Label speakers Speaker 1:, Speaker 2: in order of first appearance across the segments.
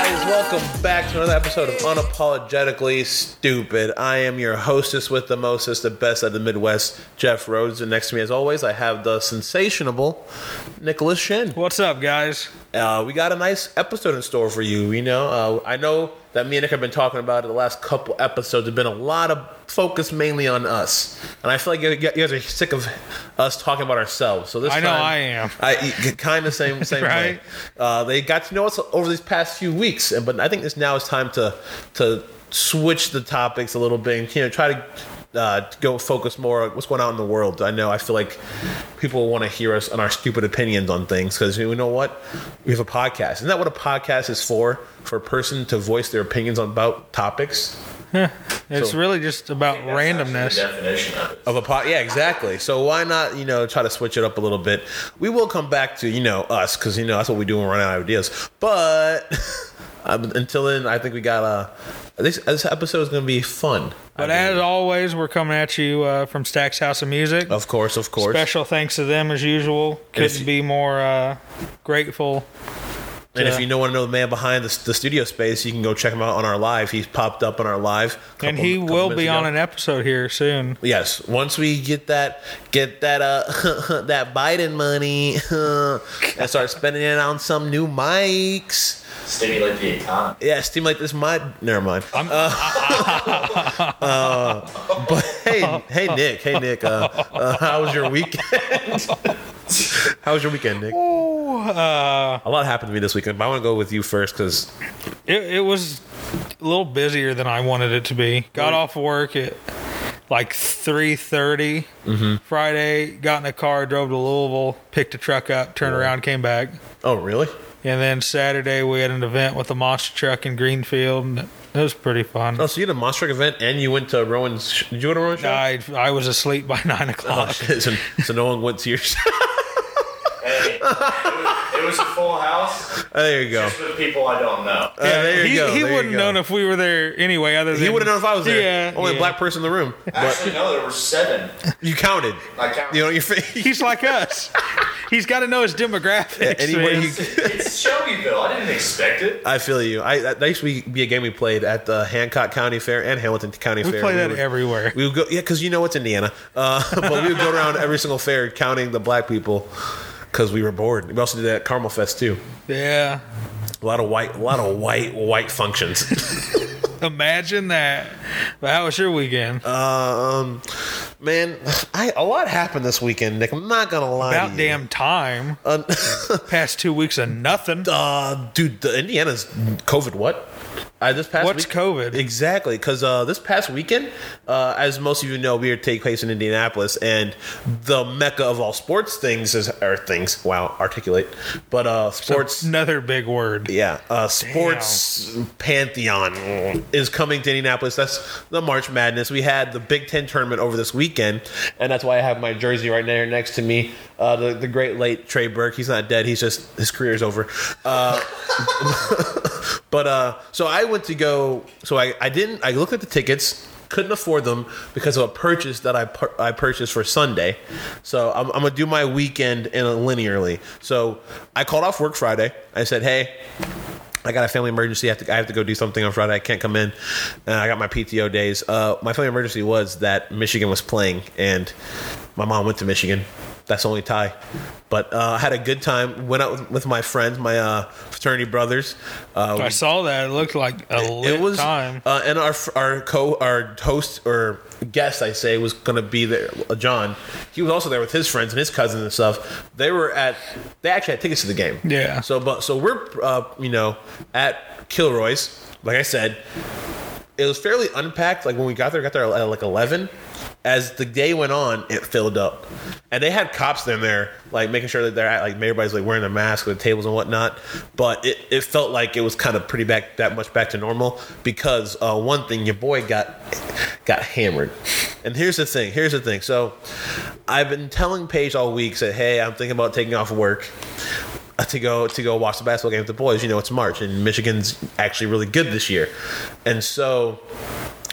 Speaker 1: Welcome back to another episode of Unapologetically Stupid. I am your hostess with the mostest, the best of the Midwest, Jeff Rhodes. And next to me, as always, I have the sensational Nicholas Shin.
Speaker 2: What's up, guys?
Speaker 1: Uh, we got a nice episode in store for you. You know, uh, I know that me and Nick have been talking about it the last couple episodes. There's been a lot of focus mainly on us, and I feel like you you guys are sick of us talking about ourselves. So this
Speaker 2: I know
Speaker 1: time,
Speaker 2: I am.
Speaker 1: I kind of same same way.
Speaker 2: Right?
Speaker 1: Uh, they got to know us over these past few weeks, and but I think it's now it's time to to switch the topics a little bit and you know try to. Uh, go focus more on what's going on in the world. I know I feel like people want to hear us on our stupid opinions on things because you know what? We have a podcast. Isn't that what a podcast is for? For a person to voice their opinions on about topics?
Speaker 2: It's
Speaker 1: So-
Speaker 2: really just about
Speaker 3: The
Speaker 2: randomness.
Speaker 3: definition of it.
Speaker 1: Of a pot, yeah, exactly. So why not, you know, try to switch it up a little bit? We will come back to you know us because you know that's what we do when we run out of ideas. But um, until then, I think we got uh, this this episode is going to be fun.
Speaker 2: But
Speaker 1: I mean,
Speaker 2: as always, we're coming at you uh, from Stack's House of Music.
Speaker 1: of course, of course,
Speaker 2: Special thanks to them as usual.
Speaker 1: if
Speaker 2: Couldn't
Speaker 1: you-
Speaker 2: be more uh, grateful.
Speaker 1: and if
Speaker 2: yeah.
Speaker 1: you don't want to know the man behind the, the studio space, you can go check him out on our live. He's popped up on our live,
Speaker 2: and
Speaker 1: couple-
Speaker 2: he
Speaker 1: couple
Speaker 2: will
Speaker 1: minutes
Speaker 2: be on
Speaker 1: ago.
Speaker 2: an episode here soon.
Speaker 1: Yes, once we get that get that uh that Biden money and start spending it on some new mics.
Speaker 3: Stimulate the economy.
Speaker 1: Yeah, Steam like this might. Never mind. I'm, uh, uh, but hey, hey Nick, hey Nick, uh, uh, how was your weekend? how was your weekend, Nick?
Speaker 2: Oh, uh,
Speaker 1: A lot happened to me this weekend, but I want to go with you first because
Speaker 2: it, it was a little busier than I wanted it to be. Got off work at like 3.30
Speaker 1: Mm-hmm.
Speaker 2: Friday. Got in a car, drove to Louisville, picked a truck up, turned around, came back.
Speaker 1: oh really?
Speaker 2: And then Saturday we had an event with the monster truck in Greenfield. And it was pretty fun.
Speaker 1: Oh, so you had a monster event and you went to Rowan's. sh- Did you go to Rowan's? show?
Speaker 2: I I was asleep by nine
Speaker 1: Oh,
Speaker 2: o'clock.
Speaker 1: shit, so, so no one went to your. show.
Speaker 3: Hey, it, was, it was a full house
Speaker 1: there you go.
Speaker 3: just with people I don't know.
Speaker 1: Yeah, Uh, there you
Speaker 2: he,
Speaker 1: go.
Speaker 2: he
Speaker 1: there you
Speaker 2: wouldn't
Speaker 1: go.
Speaker 2: known if we were there anyway. Other than
Speaker 1: He wouldn't known if I was there.
Speaker 2: Yeah,
Speaker 1: Only
Speaker 2: yeah.
Speaker 1: a black person in the room. But
Speaker 3: Actually, no, there were seven.
Speaker 1: you counted.
Speaker 3: I counted.
Speaker 1: You know, your face.
Speaker 2: He's like us. He's got to know his demographics.
Speaker 1: Anywhere
Speaker 2: man.
Speaker 1: you,
Speaker 3: It's Shelbyville. I didn't expect it.
Speaker 1: I feel you. I that that used to be, be a game we played at the Hancock County Fair and Hamilton County
Speaker 2: we
Speaker 1: Fair.
Speaker 2: play that
Speaker 1: would-
Speaker 2: everywhere.
Speaker 1: We would go, yeah, because you know it's Indiana. Uh, but we would go around every single fair counting the black people because we were bored. We also did that at Carmel Fest too.
Speaker 2: yeah.
Speaker 1: A lot of white, a lot of white, white functions.
Speaker 2: Imagine that. But how was your weekend?
Speaker 1: um, man, I a lot happened this weekend, Nick. I'm not gonna lie.
Speaker 2: About
Speaker 1: to you.
Speaker 2: damn time. Past two weeks of nothing.
Speaker 1: uh, dude, the Indiana's COVID. What? Uh, this past
Speaker 2: What's COVID?
Speaker 1: Exactly, because uh, this past weekend, uh, as most of you know, we are take place in Indianapolis, and the mecca of all sports things is or things. Wow, articulate, but uh, sports.
Speaker 2: Another big word.
Speaker 1: yeah, uh, sports pantheon is coming to Indianapolis. That's the March Madness. We had the Big Ten tournament over this weekend, and that's why I have my jersey right there next to me. Uh, the the great late Trey Burke. He's not dead. He's just his career's over. Uh, But uh, so I went to go. So I, I didn't. I looked at the tickets. Couldn't afford them because of a purchase that I pur- I purchased for Sunday. So I'm, I'm gonna do my weekend in a linearly. So I called off work Friday. I said, hey. I got a family emergency. I have, to, I have to go do something on Friday. I can't come in. And I got my PTO days. Uh, my family emergency was that Michigan was playing, and my mom went to Michigan. That's the only tie. But uh, I had a good time. Went out with, with my friends, my uh, fraternity brothers. Uh,
Speaker 2: I saw that. It looked like a lit
Speaker 1: it was
Speaker 2: time.
Speaker 1: Uh, and our our co our host or guest I say was gonna be there. uh, John, he was also there with his friends and his cousins and stuff. They were at they actually had tickets to the game.
Speaker 2: Yeah.
Speaker 1: So but so we're uh, you know at Kilroy's. Like I said, it was fairly unpacked. Like when we got there, we got there at like eleven. As the day went on, it filled up, and they had cops in there, like making sure that they're at, like everybody's like wearing their masks with tables and whatnot. But it, it felt like it was kind of pretty back that much back to normal because uh, one thing your boy got got hammered, and here's the thing. Here's the thing. So I've been telling Paige all week, said, hey, I'm thinking about taking off work to go to go watch the basketball game with the boys. You know, it's March and Michigan's actually really good this year, and so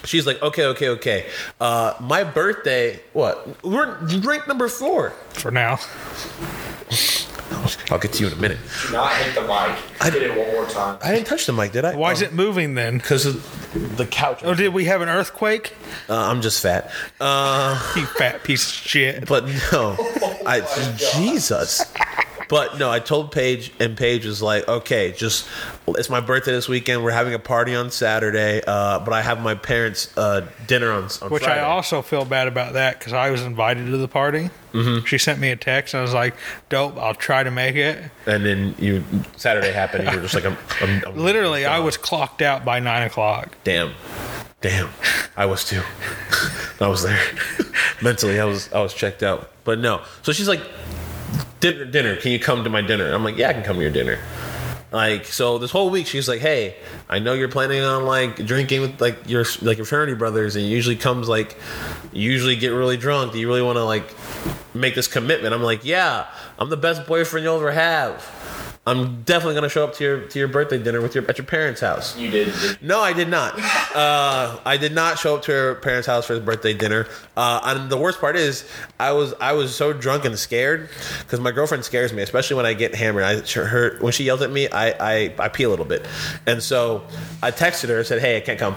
Speaker 1: she's like, okay, okay, okay. Uh, my birthday, what? We're rank number four.
Speaker 2: for now.
Speaker 1: I'll get to you in a minute.
Speaker 3: Do not hit the mic.
Speaker 1: I-
Speaker 3: Hit it one more time.
Speaker 1: I didn't touch the mic, did I?
Speaker 2: Why is it moving then?
Speaker 1: Because of the couch.
Speaker 2: Oh, did we have an earthquake?
Speaker 1: Uh, I'm just fat. Uh,
Speaker 2: You fat piece of shit.
Speaker 1: but no,
Speaker 2: Oh
Speaker 1: I Jesus. But no, I told Paige, and Paige was like, "Okay, just it's my birthday this weekend. We're having a party on Saturday, uh, but I have my parents' uh, dinner on, on
Speaker 2: Which
Speaker 1: Friday."
Speaker 2: I also feel bad about that because I was invited to the party. Mm-hmm. She sent me a text and I was like, dope, I'll try to make it.
Speaker 1: and then you Saturday happened, and you were just like, "I'm, I'm, I'm
Speaker 2: Literally, I was clocked out by nine o'clock.
Speaker 1: damn, damn, I was too. I was there mentally. I was I was checked out, but no. So she's like, dinner, dinner. Can you come to my dinner? I'm like, yeah, I can come to your dinner. Like so, this whole week she's like, "Hey, I know you're planning on like drinking with like your like your fraternity brothers, and it usually comes like, you usually get really drunk. Do you really want to like make this commitment?" I'm like, "Yeah, I'm the best boyfriend you'll ever have. I'm definitely gonna show up to your to your birthday dinner with your at your parents' house."
Speaker 3: You did. did-
Speaker 1: No, I did not. Uh, I did not show up to her parents' house for his birthday dinner. Uh, and the worst part is, I was I was so drunk and scared because my girlfriend scares me, especially when I get hammered. I her when she yells at me, I, I I pee a little bit, and so I texted her and said, "Hey, I can't come."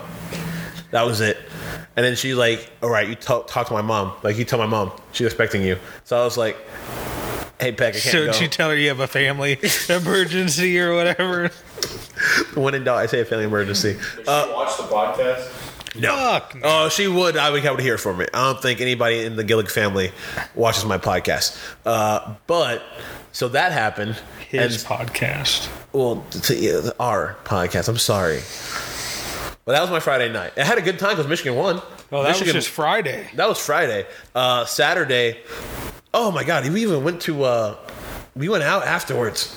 Speaker 1: That was it. And then she's like, "All right, you talk, talk to my mom. Like you tell my mom she's expecting you." So I was like, "Hey, Peck, I can't
Speaker 2: So
Speaker 1: go."
Speaker 2: did you tell her you have a family emergency or whatever?
Speaker 1: when in doubt, I say a family emergency.
Speaker 3: Did you
Speaker 1: Uh,
Speaker 3: watch the podcast?
Speaker 1: No.
Speaker 2: Fuck no.
Speaker 1: Oh, she would. I would. I would hear from it. I don't think anybody in the Gillig family watches my podcast. Uh, but so that happened. and
Speaker 2: His podcast.
Speaker 1: well, to, yeah, our podcast. I'm sorry. But that was my Friday night. I had a good time because Michigan won.
Speaker 2: Oh, that
Speaker 1: Michigan,
Speaker 2: was just Friday.
Speaker 1: that was Friday. Uh, Saturday. Oh my God! We even went to. Uh, we went out afterwards.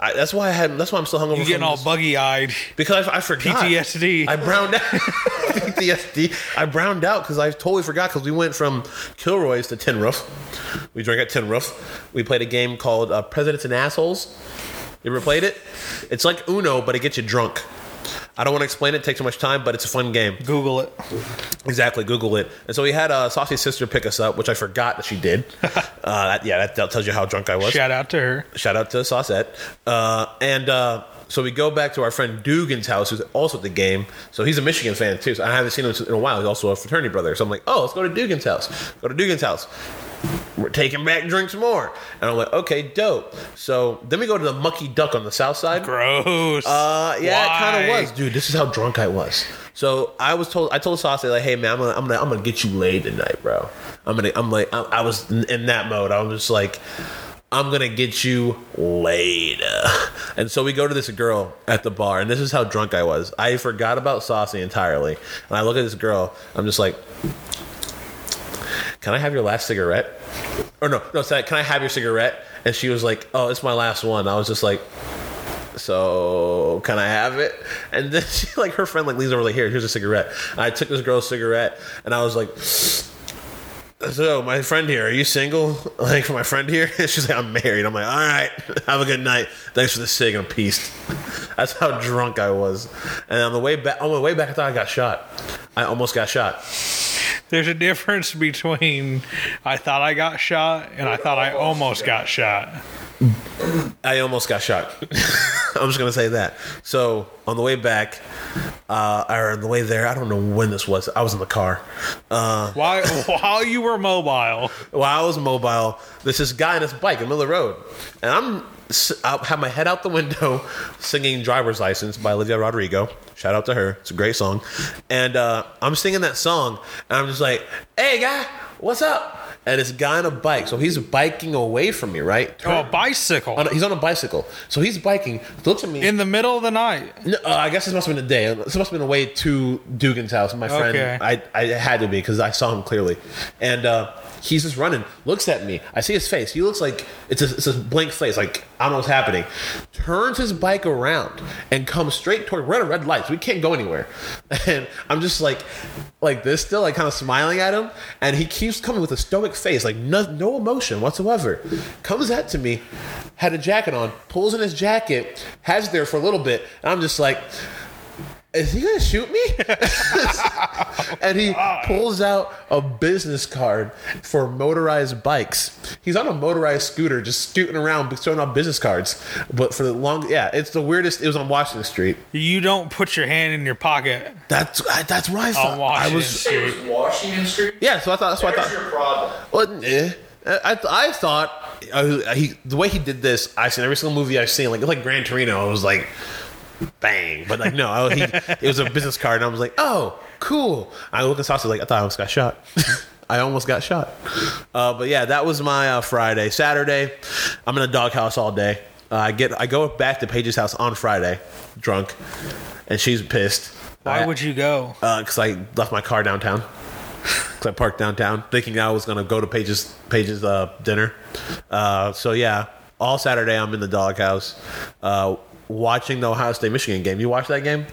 Speaker 1: I, that's why I had. That's why I'm still hungover.
Speaker 2: You're
Speaker 1: from
Speaker 2: getting all
Speaker 1: this-
Speaker 2: buggy eyed.
Speaker 1: because I, I forgot
Speaker 2: PTSD.
Speaker 1: I browned out. PTSD. I browned out because I totally forgot because we went from Kilroy's to Tin Roof. We drank at Tin Roof. We played a game called uh, Presidents and Assholes. You ever played it? It's like Uno, but it gets you drunk. I don't want to explain it. It takes too much time, but it's a fun game.
Speaker 2: Google it.
Speaker 1: Exactly, Google it. And so we had uh, Saucy's sister pick us up, which I forgot that she did. uh, that, yeah, that, that tells you how drunk I was.
Speaker 2: Shout out to her.
Speaker 1: Shout out to Saucette. Uh, and uh, so we go back to our friend Dugan's house, who's also at the game. So he's a Michigan fan too. So I haven't seen him in a while. He's also a fraternity brother. So I'm like, oh, let's go to Dugan's house. Go to Dugan's house. We're taking back drinks more. And I'm like, okay, dope. So then we go to the Mucky Duck on the south side.
Speaker 2: Gross.
Speaker 1: Uh, yeah, it kind
Speaker 2: Why?
Speaker 1: of was, dude. This is how drunk I was. So I was told, I told Saucy like, "Hey man, I'm gonna, I'm gonna, I'm gonna get you laid tonight, bro. I'm gonna, I'm like, I, I was in, in that mode. I was just like, I'm gonna get you laid." And so we go to this girl at the bar, and this is how drunk I was. I forgot about Saucy entirely, and I look at this girl. I'm just like, "Can I have your last cigarette?" Or no, no, sorry, "Can I have your cigarette?" And she was like, "Oh, it's my last one." I was just like so can I have it? And then she like her friend like leaves over like here, here's a cigarette. And I took this girl's cigarette and I was like so my friend here, are you single? Like for my friend here, she's like, I'm married. I'm like, all right, have a good night. Thanks for the cig and peace. That's how drunk I was. And on the way back, on my way back, I thought I got shot. I almost got shot.
Speaker 2: There's a difference between I thought I got shot and I thought I almost got shot.
Speaker 1: I almost got shot. I'm just gonna say that. So on the way back, uh, or on the way there, I don't know when this was. I was in the car. Uh,
Speaker 2: Why while you were mobile,
Speaker 1: while I was mobile, there's this guy on his bike in the middle of the road, and I'm s- I have my head out the window singing "Driver's License" by Olivia Rodrigo. Shout out to her; it's a great song. And uh, I'm singing that song, and I'm just like, "Hey, guy, what's up?" And this guy on a bike, so he's biking away from me, right?
Speaker 2: oh, a
Speaker 1: Turn-
Speaker 2: bicycle
Speaker 1: on a- he's on a bicycle, so he's biking. Looks at me.
Speaker 2: in the middle of the night.
Speaker 1: No, uh, I guess this must have been the day. This must have been the way to Dugan's house. My friend,
Speaker 2: Okay.
Speaker 1: I, I it had to be because I saw him clearly, and uh, he's just running. Looks at me. I see his face. He looks like it's a, it's a blank face. Like I don't know what's happening. Turns his bike around and comes straight toward. We're at a red light, so we can't go anywhere. And I'm just like, like this still, like kind of smiling at him, and he keeps coming with a stoic face, like no, no emotion whatsoever. Comes at to me, had a jacket on, pulls in his jacket, has it there for a little bit, and I'm just like, is he gonna shoot me? Ah. and he pulls out a business card for motorized bikes. He's on a motorized scooter, just scooting around, throwing out business cards. But for the long, yeah, it's the weirdest. It was on Washington Street.
Speaker 2: You don't put your hand in your pocket.
Speaker 1: That's I, that's where I
Speaker 2: On
Speaker 1: thought I
Speaker 2: Washington
Speaker 1: was.
Speaker 3: It was Washington Street.
Speaker 1: Yeah, so I thought that's what I
Speaker 3: There's
Speaker 1: thought.
Speaker 3: your problem.
Speaker 1: Well, eh. I, I thought uh, he, the way he did this, I've seen every single movie I've seen, like like Gran Torino, I was like, bang. But like, no, I, he, it was a business card, and I was like, oh, cool. I look at sausage, like, I thought I almost got shot. I almost got shot. Uh, but yeah, that was my uh, Friday. Saturday, I'm in a doghouse all day. Uh, I get, I go back to Paige's house on Friday, drunk, and she's pissed.
Speaker 2: Why
Speaker 1: I-
Speaker 2: would you go?
Speaker 1: because Uh, I left my car downtown. Because I parked downtown, thinking I was gonna go to Paige's Paige's uh, dinner. Uh, so yeah, all Saturday I'm in the doghouse, uh, watching the Ohio State Michigan game. You watch that game?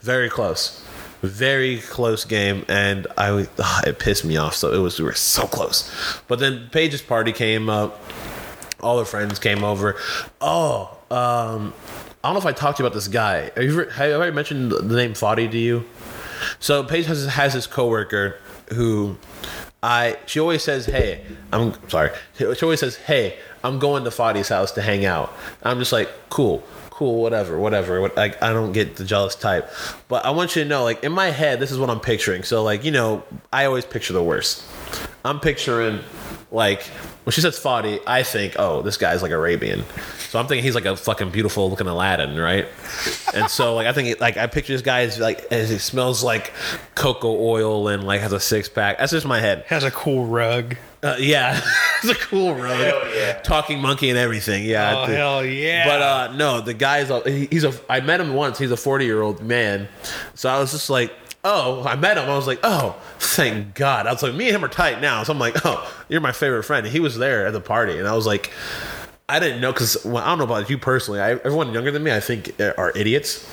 Speaker 1: Very close, very close game, and I was- ugh, it pissed me off. So it was we were so close, but then Paige's party came up. All her friends came over. Oh, um, I don't know if I talked to you about this guy. Have you ever, have I ever mentioned the name Foddy to you? So Paige has has this coworker who I she always says, "Hey, I'm sorry." She always says, "Hey, I'm going to Fadi's house to hang out." I'm just like, "Cool, cool, whatever, whatever." What- Like I don't get the jealous type, but I want you to know, like in my head, this is what I'm picturing. So like you know, I always picture the worst. I'm picturing like when she says Fadi, I think, oh, this guy's like Arabian. So I'm thinking he's like a fucking beautiful looking Aladdin, right? and so like I think like I picture this guy as like as he smells like cocoa oil and like has a six pack. That's just my head.
Speaker 2: Has a cool rug.
Speaker 1: Uh, yeah, it's a cool road.
Speaker 3: Hell Oh, yeah.
Speaker 1: Talking monkey and everything. Yeah.
Speaker 2: Oh,
Speaker 1: I think-
Speaker 2: hell yeah.
Speaker 1: But uh, no, the guy's a, he- he's a. I met him once. He's a forty year old man. So I was just like, oh, I met him. I was like, oh, thank God. I was like, me and him are tight now. So I'm like, oh, you're my favorite friend. And he was there at the party, and I was like. I didn't know because well, I don't know about you personally. I, everyone younger than me, I think, uh, are idiots.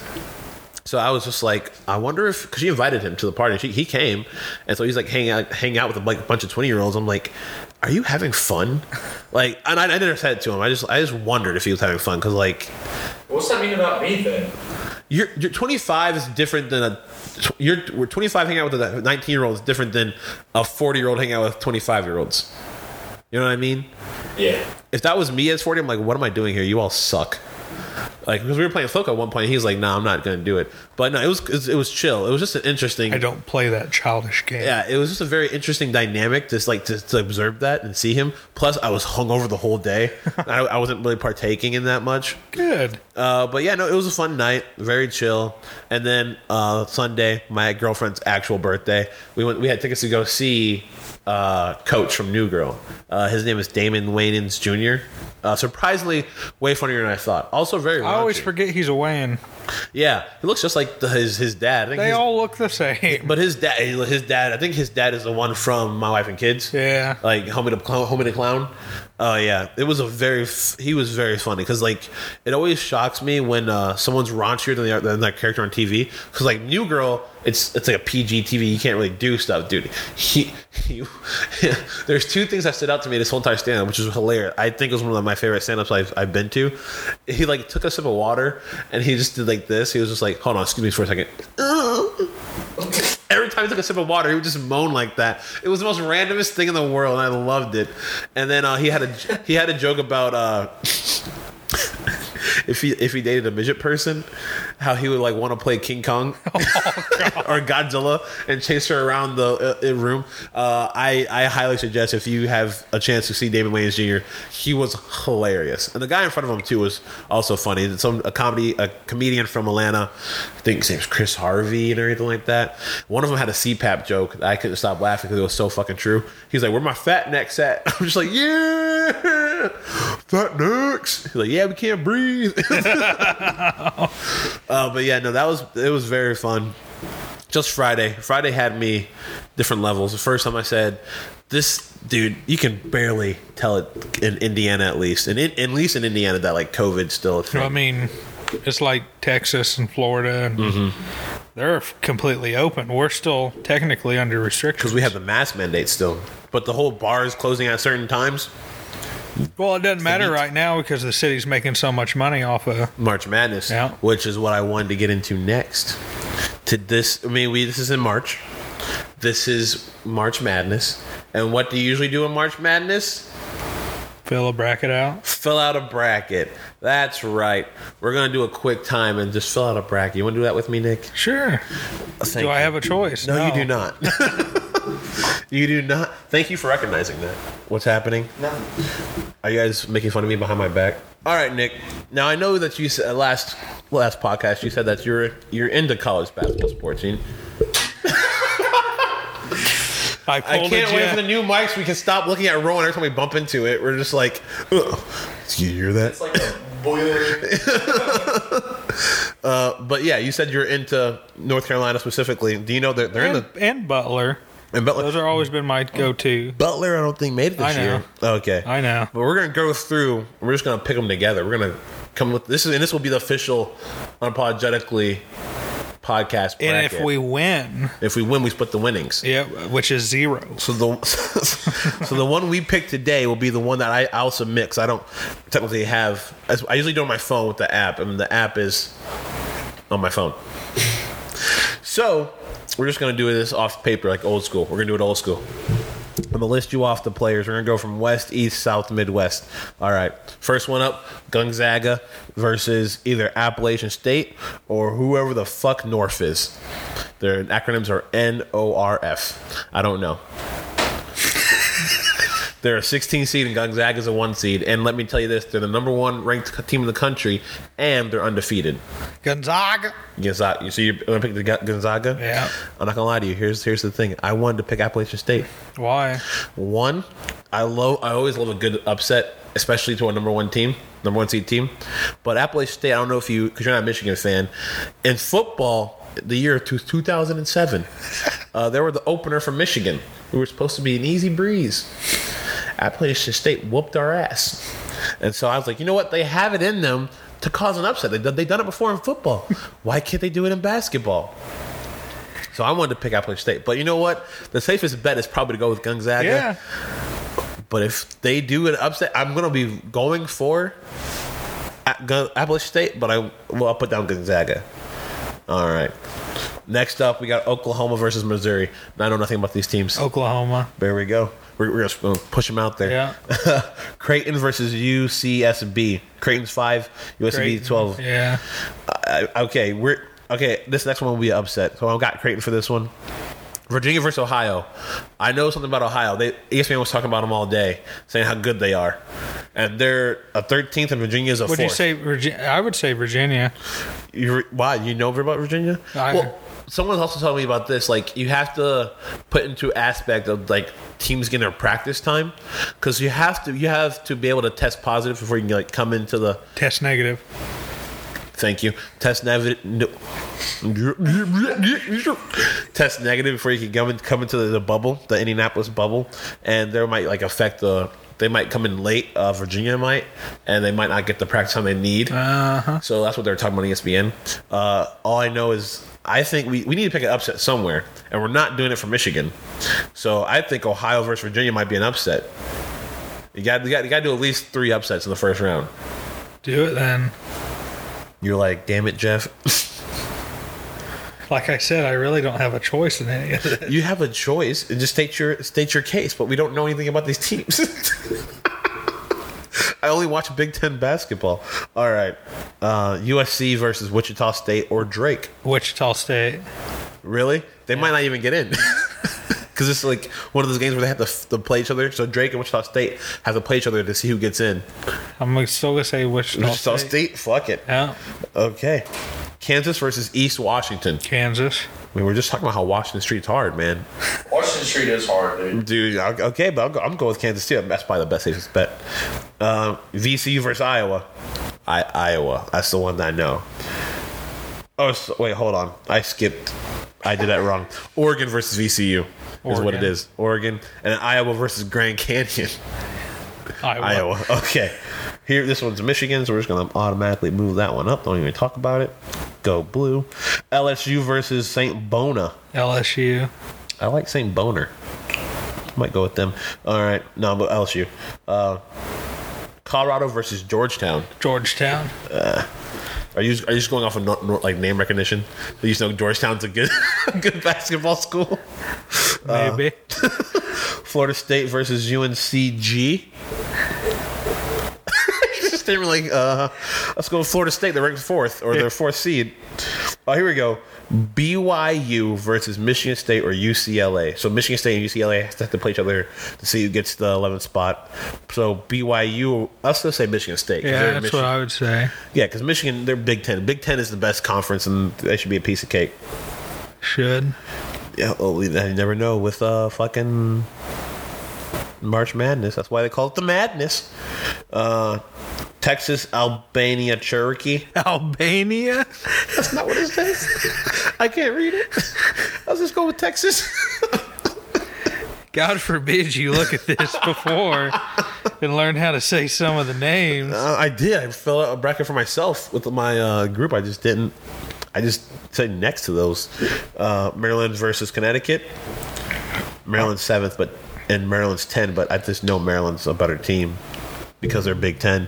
Speaker 1: So I was just like, I wonder if because she invited him to the party, she, he came, and so he's like hanging out, hang out with like a bunch of twenty year olds. I'm like, are you having fun? Like, and I, I never said it to him. I just I just wondered if he was having fun because like
Speaker 3: What's that mean about me then?
Speaker 1: you're, you're 25 is different than a tw- you're we're 25 hanging out with a 19 year old is different than a 40 year old hanging out with 25 year olds. You know what I mean?
Speaker 3: Yeah.
Speaker 1: if that was me as 40, I'm like, what am I doing here? You all suck. Like, because we were playing Foco at one point, he's like, nah, I'm not gonna do it. But no, it was it was chill. It was just an interesting.
Speaker 2: I don't play that childish game.
Speaker 1: Yeah, it was just a very interesting dynamic, just like to, to observe that and see him. Plus, I was hungover the whole day. I, I wasn't really partaking in that much.
Speaker 2: Good.
Speaker 1: Uh, but yeah, no, it was a fun night, very chill. And then uh, Sunday, my girlfriend's actual birthday, we went. We had tickets to go see uh, Coach from New Girl. Uh, his name is Damon Wayans Jr. Uh, surprisingly, way funnier than I thought. Also very.
Speaker 2: I always
Speaker 1: raunchy.
Speaker 2: forget he's a Wayne.
Speaker 1: Yeah, he looks just like the, his his dad. I think
Speaker 2: They
Speaker 1: his-
Speaker 2: all look the same.
Speaker 1: but his dad, his dad, I think his dad is the one from My Wife and Kids.
Speaker 2: Yeah.
Speaker 1: like Homie the Clown. Homie the Clown. Oh yeah, it was a very. f- He was very funny because like it always shocks me when uh, someone's raunchier than, they are, than that character on TV. Because like New Girl, it's it's like a PG TV. You can't really do stuff, dude. He, he there's two things that stood out to me this whole entire stand up, which was hilarious. I think it was one of my favorite stand ups I've, I've been to. He like took a sip of water and he just did like this. He was just like, hold on, excuse me for a second. Every time he took a sip of water, he would just moan like that. It was the most randomest thing in the world, and I loved it. And then uh, he had a he had a joke about uh, if he if he dated a midget person, how he would like want to play King Kong or Godzilla and chase her around the uh, uh, room. Uh, I I highly suggest if you have a chance to see David Wayans Jr. He was hilarious, and the guy in front of him too was also funny. Some a comedy a comedian from Atlanta, I think his name's Chris Harvey and everything like that. One of them had a CPAP joke that I couldn't stop laughing because it was so fucking true. He's like, "Where my fat necks at?" I'm just like, "Yeah, fat necks." He's like, "Yeah, we can't breathe." uh, but yeah, no, that was it was very fun just Friday. Friday had me different levels. The first time I said, "This dude, you can barely tell it in Indiana, at least, and in, at least in Indiana that like COVID still." a thing.
Speaker 2: I mean, it's like Texas and Florida. And
Speaker 1: Mm-hmm.
Speaker 2: They're completely open. We're still technically under restrictions.
Speaker 1: because we have the mask mandate still, but the whole bar is closing at certain times.
Speaker 2: well, it doesn't matter right now because the city's making so much money off of.
Speaker 1: March Madness,
Speaker 2: Yeah.
Speaker 1: which is what I wanted to get into next. to this. I mean, we this is in March. This is March Madness, and what do you usually do in March Madness?
Speaker 2: Fill a bracket out.
Speaker 1: Fill out a bracket. That's right. We're gonna do a quick time and just fill out a bracket. You want to do that with me, Nick?
Speaker 2: Sure.
Speaker 1: Thank
Speaker 2: Do I
Speaker 1: you.
Speaker 2: have a choice?
Speaker 1: No, you do not. you do not. Thank you for recognizing that. What's happening?
Speaker 3: Nothing.
Speaker 1: Are you guys making fun of me behind my back? All right, Nick. Now I know that you said uh, last last podcast you said that you're you're into college basketball sports. You-
Speaker 2: I,
Speaker 1: I
Speaker 2: pulled
Speaker 1: can't
Speaker 2: a
Speaker 1: wait
Speaker 2: Jeff-
Speaker 1: for the new mics. We can stop looking at Rowan every time we bump into it. We're just like, Ugh. you hear that?
Speaker 3: It's like a boiler.
Speaker 1: Uh, but yeah, you said you're into North Carolina specifically. Do you know that they're in
Speaker 2: and,
Speaker 1: the
Speaker 2: and Butler.
Speaker 1: and Butler?
Speaker 2: Those are always been my go-to.
Speaker 1: Butler, I don't think made it this
Speaker 2: I know.
Speaker 1: year. Okay,
Speaker 2: I know.
Speaker 1: But we're gonna go through. We're just gonna pick them together. We're gonna come with this is and this will be the official, unapologetically, podcast.
Speaker 2: And if
Speaker 1: bracket.
Speaker 2: we win,
Speaker 1: if we win, we split the winnings.
Speaker 2: yeah, which is zero.
Speaker 1: So the so the one we picked today will be the one that I I'll submit 'cause I don't technically have. I usually do it on my phone with the app, and the app is on my phone. So we're just gonna do this off paper, like old school. We're gonna do it old school. I'm gonna list you off the players. We're gonna go from west, east, south, midwest. All right. First one up, Gonzaga versus either Appalachian State or whoever the fuck North is. Their acronyms are N O R F. I don't know. They're a 16 seed and Gonzaga's a one seed. And let me tell you this: they're the number one ranked team in the country, and they're undefeated.
Speaker 2: Gonzaga.
Speaker 1: Gonzaga. So you're gonna pick the Gon- Gonzaga?
Speaker 2: Yeah.
Speaker 1: I'm not gonna lie to you. Here's here's the thing. I wanted to pick Appalachian State.
Speaker 2: Why?
Speaker 1: One, I love. I always love a good upset, especially to a number one team, number one seed team. But Appalachian State, I don't know if you, because you're not a Michigan fan, in football, the year two, 2007, uh, they were the opener for Michigan. We were supposed to be an easy breeze. Appalachian State whooped our ass, and so I was like, you know what? They have it in them to cause an upset. They done- they done it before in football. Why can't they do it in basketball? So I wanted to pick Appalachian State, but you know what? The safest bet is probably to go with Gonzaga.
Speaker 2: Yeah.
Speaker 1: But if they do an upset, I'm gonna be going for A- Gon- Appalachian State, but I well I'll put down Gonzaga. All right. Next up, we got Oklahoma versus Missouri. Now, I know nothing about these teams.
Speaker 2: Oklahoma.
Speaker 1: There we go. We're, we're gonna push them out there.
Speaker 2: Oh. Yeah.
Speaker 1: Creighton versus UCSB. Creighton's five, USB
Speaker 2: Creighton.
Speaker 1: twelve.
Speaker 2: Yeah.
Speaker 1: I- I- okay, we're okay. This next one will be an upset. So I've got Creighton for this one. Virginia versus Ohio. I know something about Ohio. They E ESPN was talking about them all day, saying how good they are, and they're a 13th, and Virginia is a
Speaker 2: Would you
Speaker 1: fourth.
Speaker 2: say Virginia? I would say Virginia.
Speaker 1: You, why you know about Virginia?
Speaker 2: I-
Speaker 1: well, someone's also telling me about this. Like you have to put into aspect of like teams getting their practice time because you have to you have to be able to test positive before you can like come into the
Speaker 2: Test negative.
Speaker 1: Thank you. Test negative. No. Test negative before you can come, in, come into the, the bubble, the Indianapolis bubble, and there might like affect the. They might come in late. Uh, Virginia might, and they might not get the practice time they need.
Speaker 2: Uh-huh.
Speaker 1: So that's what they're talking about on E ESPN. Uh, all I know is I think we, we need to pick an upset somewhere, and we're not doing it for Michigan. So I think Ohio versus Virginia might be an upset. You got you got you got to do at least three upsets in the first round.
Speaker 2: Do it then.
Speaker 1: You're like, damn it, Jeff.
Speaker 2: Like I said, I really don't have a choice in any of this.
Speaker 1: You have a choice. Just state your state your case, but we don't know anything about these teams. I only watch Big Ten basketball. All right, uh, USC versus Wichita State or Drake.
Speaker 2: Wichita State.
Speaker 1: Really? They might not even get in because it's like one of those games where they have to, to play each other. So Drake and Wichita State have to play each other to see who gets in.
Speaker 2: I'm still gonna say Wichita,
Speaker 1: Wichita
Speaker 2: State.
Speaker 1: State, fuck it.
Speaker 2: Yeah.
Speaker 1: Okay, Kansas versus East Washington.
Speaker 2: Kansas.
Speaker 1: We were just talking about how Washington Street's hard, man.
Speaker 3: Washington Street is hard, dude.
Speaker 1: Dude, I'll- okay, but I'll go, I'm going with Kansas too. That's probably the best safest bet. Um, VCU versus Iowa. I Iowa. That's the one that I know. Oh, so, wait, hold on. I skipped. I did that wrong. Oregon versus VCU is what it
Speaker 2: Oregon.
Speaker 1: is. Oregon and Iowa versus Grand Canyon.
Speaker 2: Iowa.
Speaker 1: Iowa. Okay. Here, this one's Michigan, so we're just gonna automatically move that one up. Don't even talk about it. Go blue. LSU versus Saint Bona.
Speaker 2: LSU.
Speaker 1: I like Saint Boner. Might go with them. All right, no, but LSU. Uh, Colorado versus Georgetown.
Speaker 2: Georgetown.
Speaker 1: Are you are you just going off of nor, nor, like name recognition? You just know Georgetown's a good good basketball school. Uh,
Speaker 2: Maybe.
Speaker 1: Florida State versus UNCG. just they were like, uh, let's go with Florida State. They're ranked fourth or they're fourth seed. Oh, here we go. BYU versus Michigan State or UCLA. So Michigan State and UCLA have to play each other to see who gets the 11th spot. So BYU, I was going to say Michigan State. 'cause they're
Speaker 2: yeah,
Speaker 1: in
Speaker 2: that's
Speaker 1: Michigan.
Speaker 2: what I would say.
Speaker 1: Yeah, because Michigan, they're Big Ten. Big Ten is the best conference, and they should be a piece of cake.
Speaker 2: Should.
Speaker 1: Yeah, well, you never know with uh fucking March Madness. That's why they call it the Madness. Uh, Texas, Albania, Cherokee.
Speaker 2: Albania?
Speaker 1: That's not what it says. I can't read it. I'll just go with Texas.
Speaker 2: God forbid you look at this before and learn how to say some of the names.
Speaker 1: Uh, I did. I filled out a bracket for myself with my uh, group. I just didn't. I just said next to those. Uh, Maryland versus Connecticut. Maryland's seventh, but and Maryland's ten. But I just know Maryland's a better team because they're Big Ten.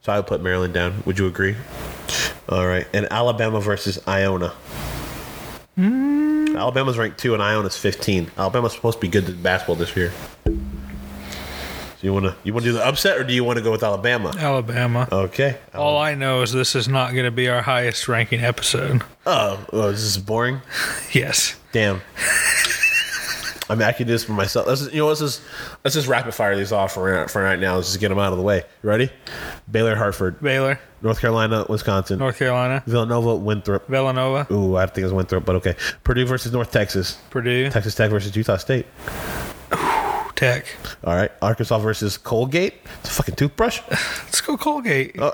Speaker 1: So I would put Maryland down. Would you agree? All right. And Alabama versus Iona. Alabama's ranked two and Iona's fifteen. Alabama's supposed to be good at basketball this year. So you wanna you wanna do the upset or do you want to go with Alabama?
Speaker 2: Alabama.
Speaker 1: Okay. Um,
Speaker 2: All I know is this is not going to be our highest ranking episode.
Speaker 1: Oh, oh, is this boring?
Speaker 2: Yes.
Speaker 1: Damn. I mean, I could do this for myself. Let's just, you know, let's just let's just rapid fire these off for right, for right now. Let's just get them out of the way. You ready? Baylor, Hartford,
Speaker 2: Baylor,
Speaker 1: North Carolina, Wisconsin,
Speaker 2: North Carolina,
Speaker 1: Villanova, Winthrop.
Speaker 2: Villanova,
Speaker 1: Ooh, I think it's Winthrop, but okay. Purdue versus North Texas,
Speaker 2: Purdue,
Speaker 1: Texas Tech versus Utah State.
Speaker 2: Tech.
Speaker 1: All right, Arkansas versus Colgate. It's a fucking toothbrush.
Speaker 2: Let's go Colgate.
Speaker 1: Uh,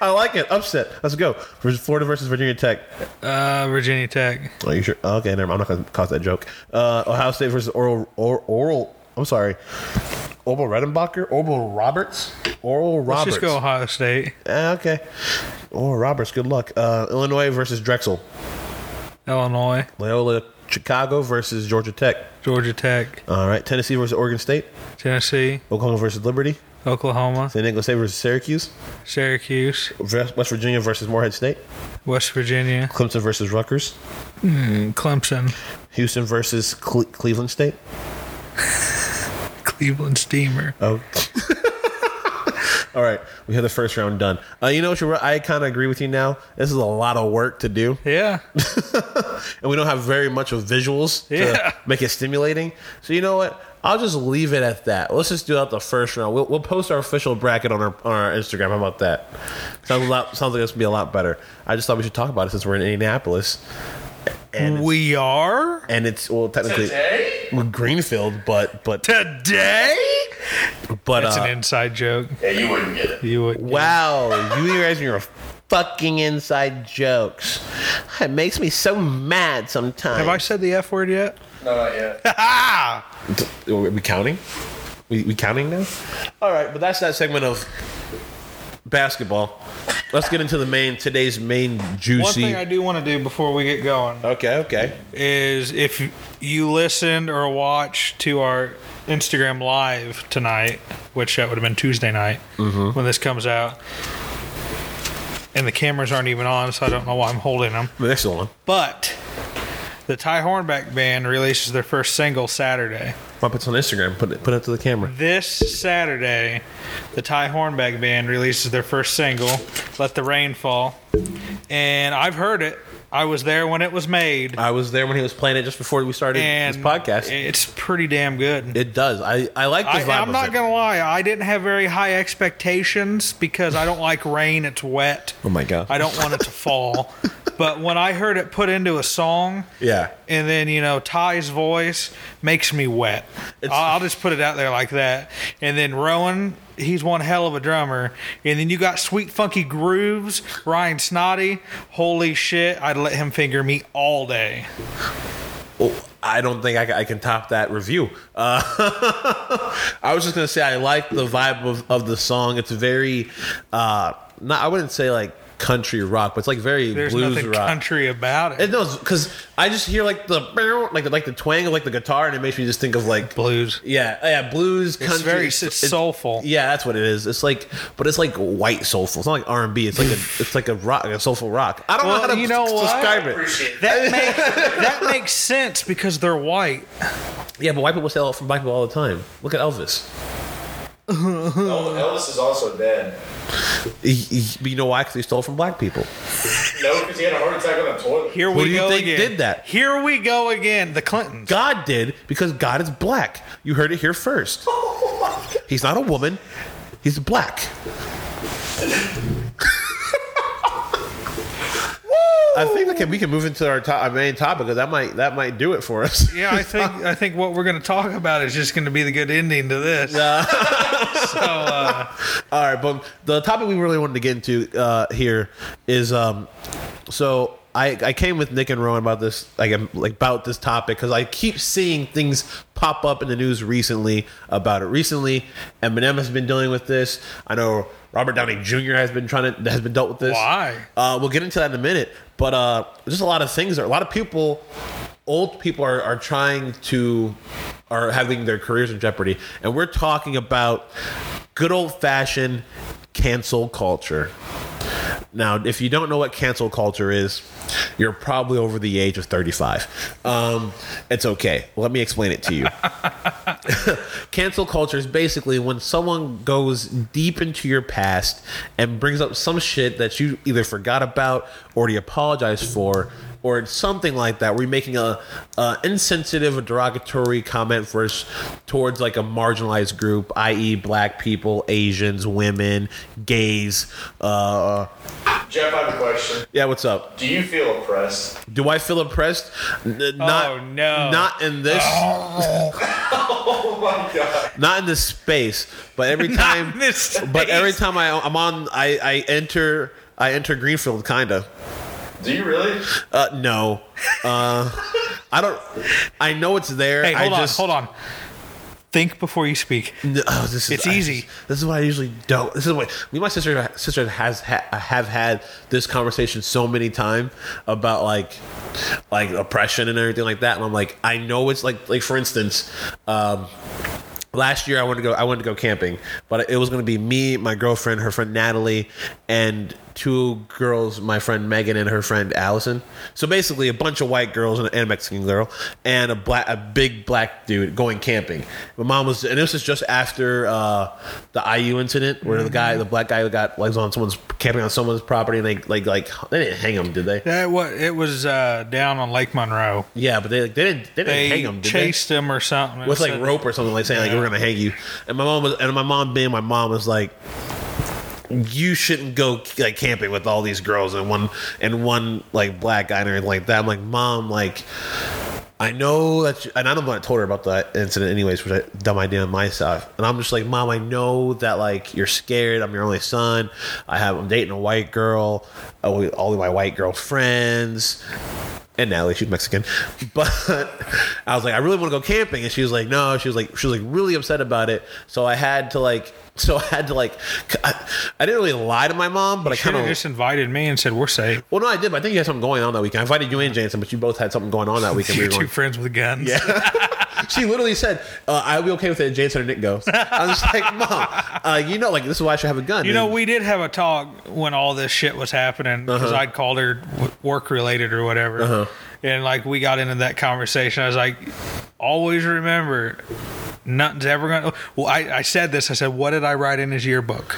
Speaker 1: I like it. Upset. Let's go. Versus Florida versus Virginia Tech.
Speaker 2: Uh, Virginia Tech.
Speaker 1: Are you sure? Okay, never mind. I'm not gonna cause that joke. Uh, Ohio State versus Oral or, Oral. I'm sorry, Oral Redenbacher, Oral Roberts, Oral
Speaker 2: Let's
Speaker 1: Roberts.
Speaker 2: just go Ohio State.
Speaker 1: Ah, okay, Oral Roberts. Good luck. Uh, Illinois versus Drexel,
Speaker 2: Illinois,
Speaker 1: Loyola Chicago versus Georgia Tech.
Speaker 2: Georgia Tech,
Speaker 1: All right, Tennessee versus Oregon State,
Speaker 2: Tennessee,
Speaker 1: Oklahoma versus Liberty,
Speaker 2: Oklahoma,
Speaker 1: San Diego State versus Syracuse,
Speaker 2: Syracuse,
Speaker 1: West Virginia versus Morehead State,
Speaker 2: West Virginia,
Speaker 1: Clemson versus Rutgers,
Speaker 2: and Clemson,
Speaker 1: Houston versus Cle- Cleveland State.
Speaker 2: Cleveland Steamer.
Speaker 1: Oh. All right, we had the first round done. Uh, you know what? Sherrod, I kind of agree with you now. This is a lot of work to do,
Speaker 2: Yeah.
Speaker 1: and we don't have very much of visuals to
Speaker 2: Yeah.
Speaker 1: make it stimulating. So you know what? I'll just leave it at that. Let's just do out the first round. We'll, we'll post our official bracket on our on our Instagram. How about that? Sounds a lot. Sounds like it's gonna be a lot better. I just thought we should talk about it since we're in Indianapolis, and it's,
Speaker 2: We are
Speaker 1: and it's well technically
Speaker 3: Today?
Speaker 1: we're Greenfield, but but
Speaker 2: today.
Speaker 1: but
Speaker 2: That's
Speaker 1: uh,
Speaker 2: an inside joke.
Speaker 3: Yeah, you wouldn't get it.
Speaker 2: You would.
Speaker 1: Wow, you guys are fucking inside jokes. It makes me so mad sometimes.
Speaker 2: Have I said the F word yet? Ah!
Speaker 3: No, not yet.
Speaker 1: Are we counting? We, we counting now? All right, but that's that segment of basketball. Let's get into the main today's main
Speaker 2: One
Speaker 1: juicy.
Speaker 2: thing I do want to do before we get going
Speaker 1: okay, okay.
Speaker 2: is if you listened or watched to our Instagram live tonight, which that would have been Tuesday night
Speaker 1: Mm-hmm.
Speaker 2: when this comes out, and the cameras aren't even on, so I don't know why I'm holding them.
Speaker 1: The next one.
Speaker 2: But the Ty Hornback band releases their first single Saturday.
Speaker 1: I'll put it on Instagram. Put it put it to the camera.
Speaker 2: This Saturday, the Ty Hornback band releases their first single, Let the Rain Fall. And I've heard it. I was there when it was made.
Speaker 1: I was there when he was playing it just before we started
Speaker 2: And
Speaker 1: this Uh, podcast. It,
Speaker 2: It's pretty damn good.
Speaker 1: does. I I like the
Speaker 2: I,
Speaker 1: vibe.
Speaker 2: I'm
Speaker 1: of
Speaker 2: not
Speaker 1: it.
Speaker 2: gonna lie. I didn't have very high expectations because I don't like rain. It's wet.
Speaker 1: Oh my god.
Speaker 2: I don't want it to fall. but when I heard it put into a song,
Speaker 1: Yeah.
Speaker 2: and then you know Ty's voice makes me wet. I'll, I'll just put it out there like that. And then Rowan, he's one hell of a drummer. And then you got Sweet Funky Grooves, Ryan Snotty. Holy shit, I'd let him finger me all day.
Speaker 1: Oh, I don't think I, ca- I can top that review. Uh, I was just gonna say I like the vibe of, of the song. It's very, uh, not I wouldn't say like country rock, but it's like very
Speaker 2: There's
Speaker 1: blues
Speaker 2: nothing
Speaker 1: rock.
Speaker 2: country about
Speaker 1: It
Speaker 2: it.
Speaker 1: knows because I just hear like the like the, like the twang of like the guitar, and it makes me just think of like
Speaker 2: Blues.
Speaker 1: yeah yeah blues country.
Speaker 2: It's very it's, soulful.
Speaker 1: Yeah, that's what it is. It's like, but it's like white soulful. It's not like R and B. It's like a, it's like a rock, a soulful rock. I don't
Speaker 2: Well,
Speaker 1: know how to
Speaker 2: you know what?
Speaker 1: describe it.
Speaker 3: Appreciate
Speaker 2: That
Speaker 3: that.
Speaker 2: makes that makes sense because they're white.
Speaker 1: Yeah, but white people say that from black people all the time. Look at Elvis.
Speaker 3: El- Elvis is also dead.
Speaker 1: He- he- but you know why? Because he stole from black people.
Speaker 3: No, because he had a heart attack on the toilet.
Speaker 2: Here
Speaker 1: Who
Speaker 2: we
Speaker 1: do you
Speaker 2: go
Speaker 1: think
Speaker 2: again.
Speaker 1: did that?
Speaker 2: Here we go again. The Clintons.
Speaker 1: God did because God is black. You heard it here first. He's not a woman. He's black. I think we can, we can move into our, to- our main topic because that might that might do it for us.
Speaker 2: Yeah, I think I think what we're going to talk about is just going to be the good ending to this. so uh,
Speaker 1: All right, but the topic we really wanted to get into uh, here is um, so I, I came with Nick and Rowan about this like um, like about this topic because I keep seeing things pop up in the news recently about it. Recently, Eminem has been dealing with this. I know Robert Downey Jr. has been trying to has been dealt with this.
Speaker 2: Why?
Speaker 1: Uh, we'll get into that in a minute. But uh, just a lot of things. A lot of people, old people, are, are trying to are having their careers in jeopardy, and we're talking about good old fashioned cancel culture. Now, if you don't know what cancel culture is, you're probably over the age of 35. Um, it's okay. Let me explain it to you. cancel culture is basically when someone goes deep into your past and brings up some shit that you either forgot about or you apologize for or it's something like that where you're making a, a insensitive or derogatory comment for towards like a marginalized group i.e black people asians women gays uh
Speaker 3: Jeff, I have a question.
Speaker 1: yeah what's up
Speaker 3: Do you feel oppressed?
Speaker 1: do i feel oppressed N- not
Speaker 2: Oh, no.
Speaker 1: not in this
Speaker 3: Oh my god.
Speaker 1: not in this space but every time
Speaker 2: in this
Speaker 1: but every
Speaker 2: space.
Speaker 1: time I, i'm on i i enter i enter greenfield kinda
Speaker 3: Do you really?
Speaker 1: uh no uh i don't i know it's there
Speaker 2: hey, hold
Speaker 1: I
Speaker 2: on,
Speaker 1: just,
Speaker 2: hold on. Think before you speak.
Speaker 1: No, oh, this is,
Speaker 2: It's
Speaker 1: I-
Speaker 2: easy.
Speaker 1: this is what I usually don't. This is what me and my sister sister has ha, have had this conversation so many times about like like oppression and everything like that. And I'm like, I know it's like like for instance. Um, Last year, I wanted to go. I wanted to go camping, but it was going to be me, my girlfriend, her friend Natalie, and two girls, my friend Megan and her friend Allison. So basically, a bunch of white girls and a Mexican girl, and a black, a big black dude going camping. My mom was, and this is just after uh, the IU incident where the guy, the black guy, got legs on someone's camping on someone's property, and they like like they didn't hang him, did they?
Speaker 2: That what it was uh, down on Lake Monroe.
Speaker 1: Yeah, but they like they didn't they didn't
Speaker 2: They
Speaker 1: hang him. Did they?
Speaker 2: chased him or something. and
Speaker 1: with like
Speaker 2: said-
Speaker 1: rope or something like saying like
Speaker 2: Yeah.
Speaker 1: we're gonna hang you and my mom was and my mom being my mom was like you shouldn't go like camping with all these girls and one and one like black guy and everything like that i'm like mom like I know that, you, and I don't know what I told her about that incident, anyways, which I dumb idea on my side. And I'm just like, Mom, I know that like you're scared. I'm your only son. I have I'm dating a white girl. I wa- All of my white girl friends, and Natalie, she's Mexican. But I was like, I really want to go camping, and she was like, No. She was like, she was like really upset about it. So I had to like, so I had to like, I, I didn't really lie to my mom, but I
Speaker 2: Should
Speaker 1: kind
Speaker 2: have
Speaker 1: of
Speaker 2: just invited me and said we're safe.
Speaker 1: well, no, I did. But I think you had something going on that weekend. I invited you and Jansen, but you both had something going on that weekend.
Speaker 2: You're
Speaker 1: were
Speaker 2: two
Speaker 1: going-
Speaker 2: friends with guns.
Speaker 1: she literally said, uh, "I'll be okay with it." if Jade said, her "Nick goes." I was like, "Mom, uh, you know, like this is why I should have a gun."
Speaker 2: You know,
Speaker 1: And-
Speaker 2: we did have a talk when all this shit was happening because
Speaker 1: Uh-huh.
Speaker 2: I'd called her work related or whatever. And like we got into that conversation. I was like, always remember, nothing's ever going to. Well, I, I said this. I said, what did I write in his yearbook?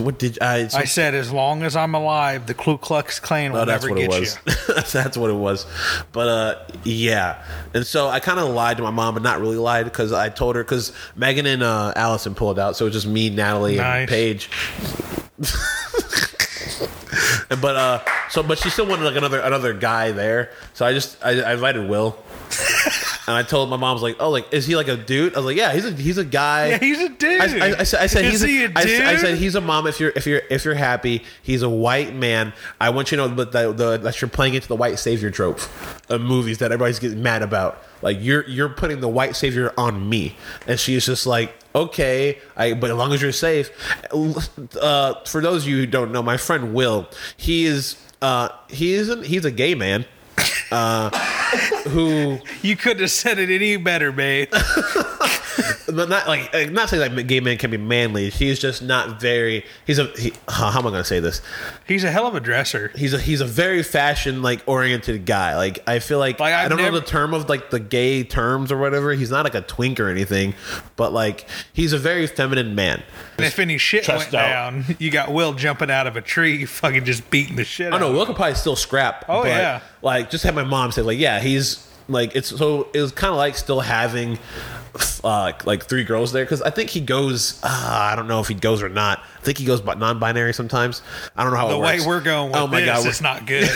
Speaker 1: what did I? so-
Speaker 2: I said, as long as I'm alive, the Ku Klux Klan will
Speaker 1: Oh, that's
Speaker 2: never
Speaker 1: what it
Speaker 2: get you.
Speaker 1: was. that's what it was. But uh, yeah, and so I kind of lied to my mom, but not really lied because I told her because Megan and uh, Allison pulled out, so it was just me, Natalie,
Speaker 2: Nice.
Speaker 1: and Paige. and, but uh, so but she still wanted like another another guy there, so I just I, I invited Will. And I told my mom's like, oh, like is he like a dude? I was like, yeah, he's a he's a guy.
Speaker 2: Yeah, he's a dude.
Speaker 1: I, I, I said, I said
Speaker 2: Is
Speaker 1: he's
Speaker 2: he a
Speaker 1: a, I, said- I
Speaker 2: dude?
Speaker 1: said he's a mom. If you're if you're if you're happy, he's a white man. I want you to know, but the, the, that you're playing into the white savior trope of movies that everybody's getting mad about. Like you're you're putting the white savior on me, and she's just like, okay, I. But as long as you're safe, uh, for those of you who don't know, my friend Will, he is uh, he isn't he's a gay man. Uh, who
Speaker 2: You couldn't have said it any better, babe.
Speaker 1: but not like like, not saying like gay men can be manly. He's just not very. He's a he, huh, how am I going to say this?
Speaker 2: He's a hell of a dresser.
Speaker 1: He's a he's a very fashion like oriented guy. Like I feel like,
Speaker 2: Like,
Speaker 1: I
Speaker 2: I've
Speaker 1: don't know
Speaker 2: never-
Speaker 1: the term of like the gay terms or whatever. He's not like a twink or anything, but like he's a very feminine man.
Speaker 2: And if any shit
Speaker 1: Chest
Speaker 2: went
Speaker 1: out.
Speaker 2: down, you got Will jumping out of a tree, fucking just beating the shit
Speaker 1: I
Speaker 2: out.
Speaker 1: don't
Speaker 2: of
Speaker 1: know. Will could probably still scrap.
Speaker 2: Oh, yeah.
Speaker 1: Like just had my mom say like yeah he's like it's so it was kind of like still having. Uh, like three girls there because I think he goes. Uh, I don't know if he goes or not. I think he goes by non-binary sometimes. I don't know how
Speaker 2: the
Speaker 1: it
Speaker 2: way
Speaker 1: works.
Speaker 2: we're going with
Speaker 1: Oh my
Speaker 2: this,
Speaker 1: god, we're-
Speaker 2: it's not good.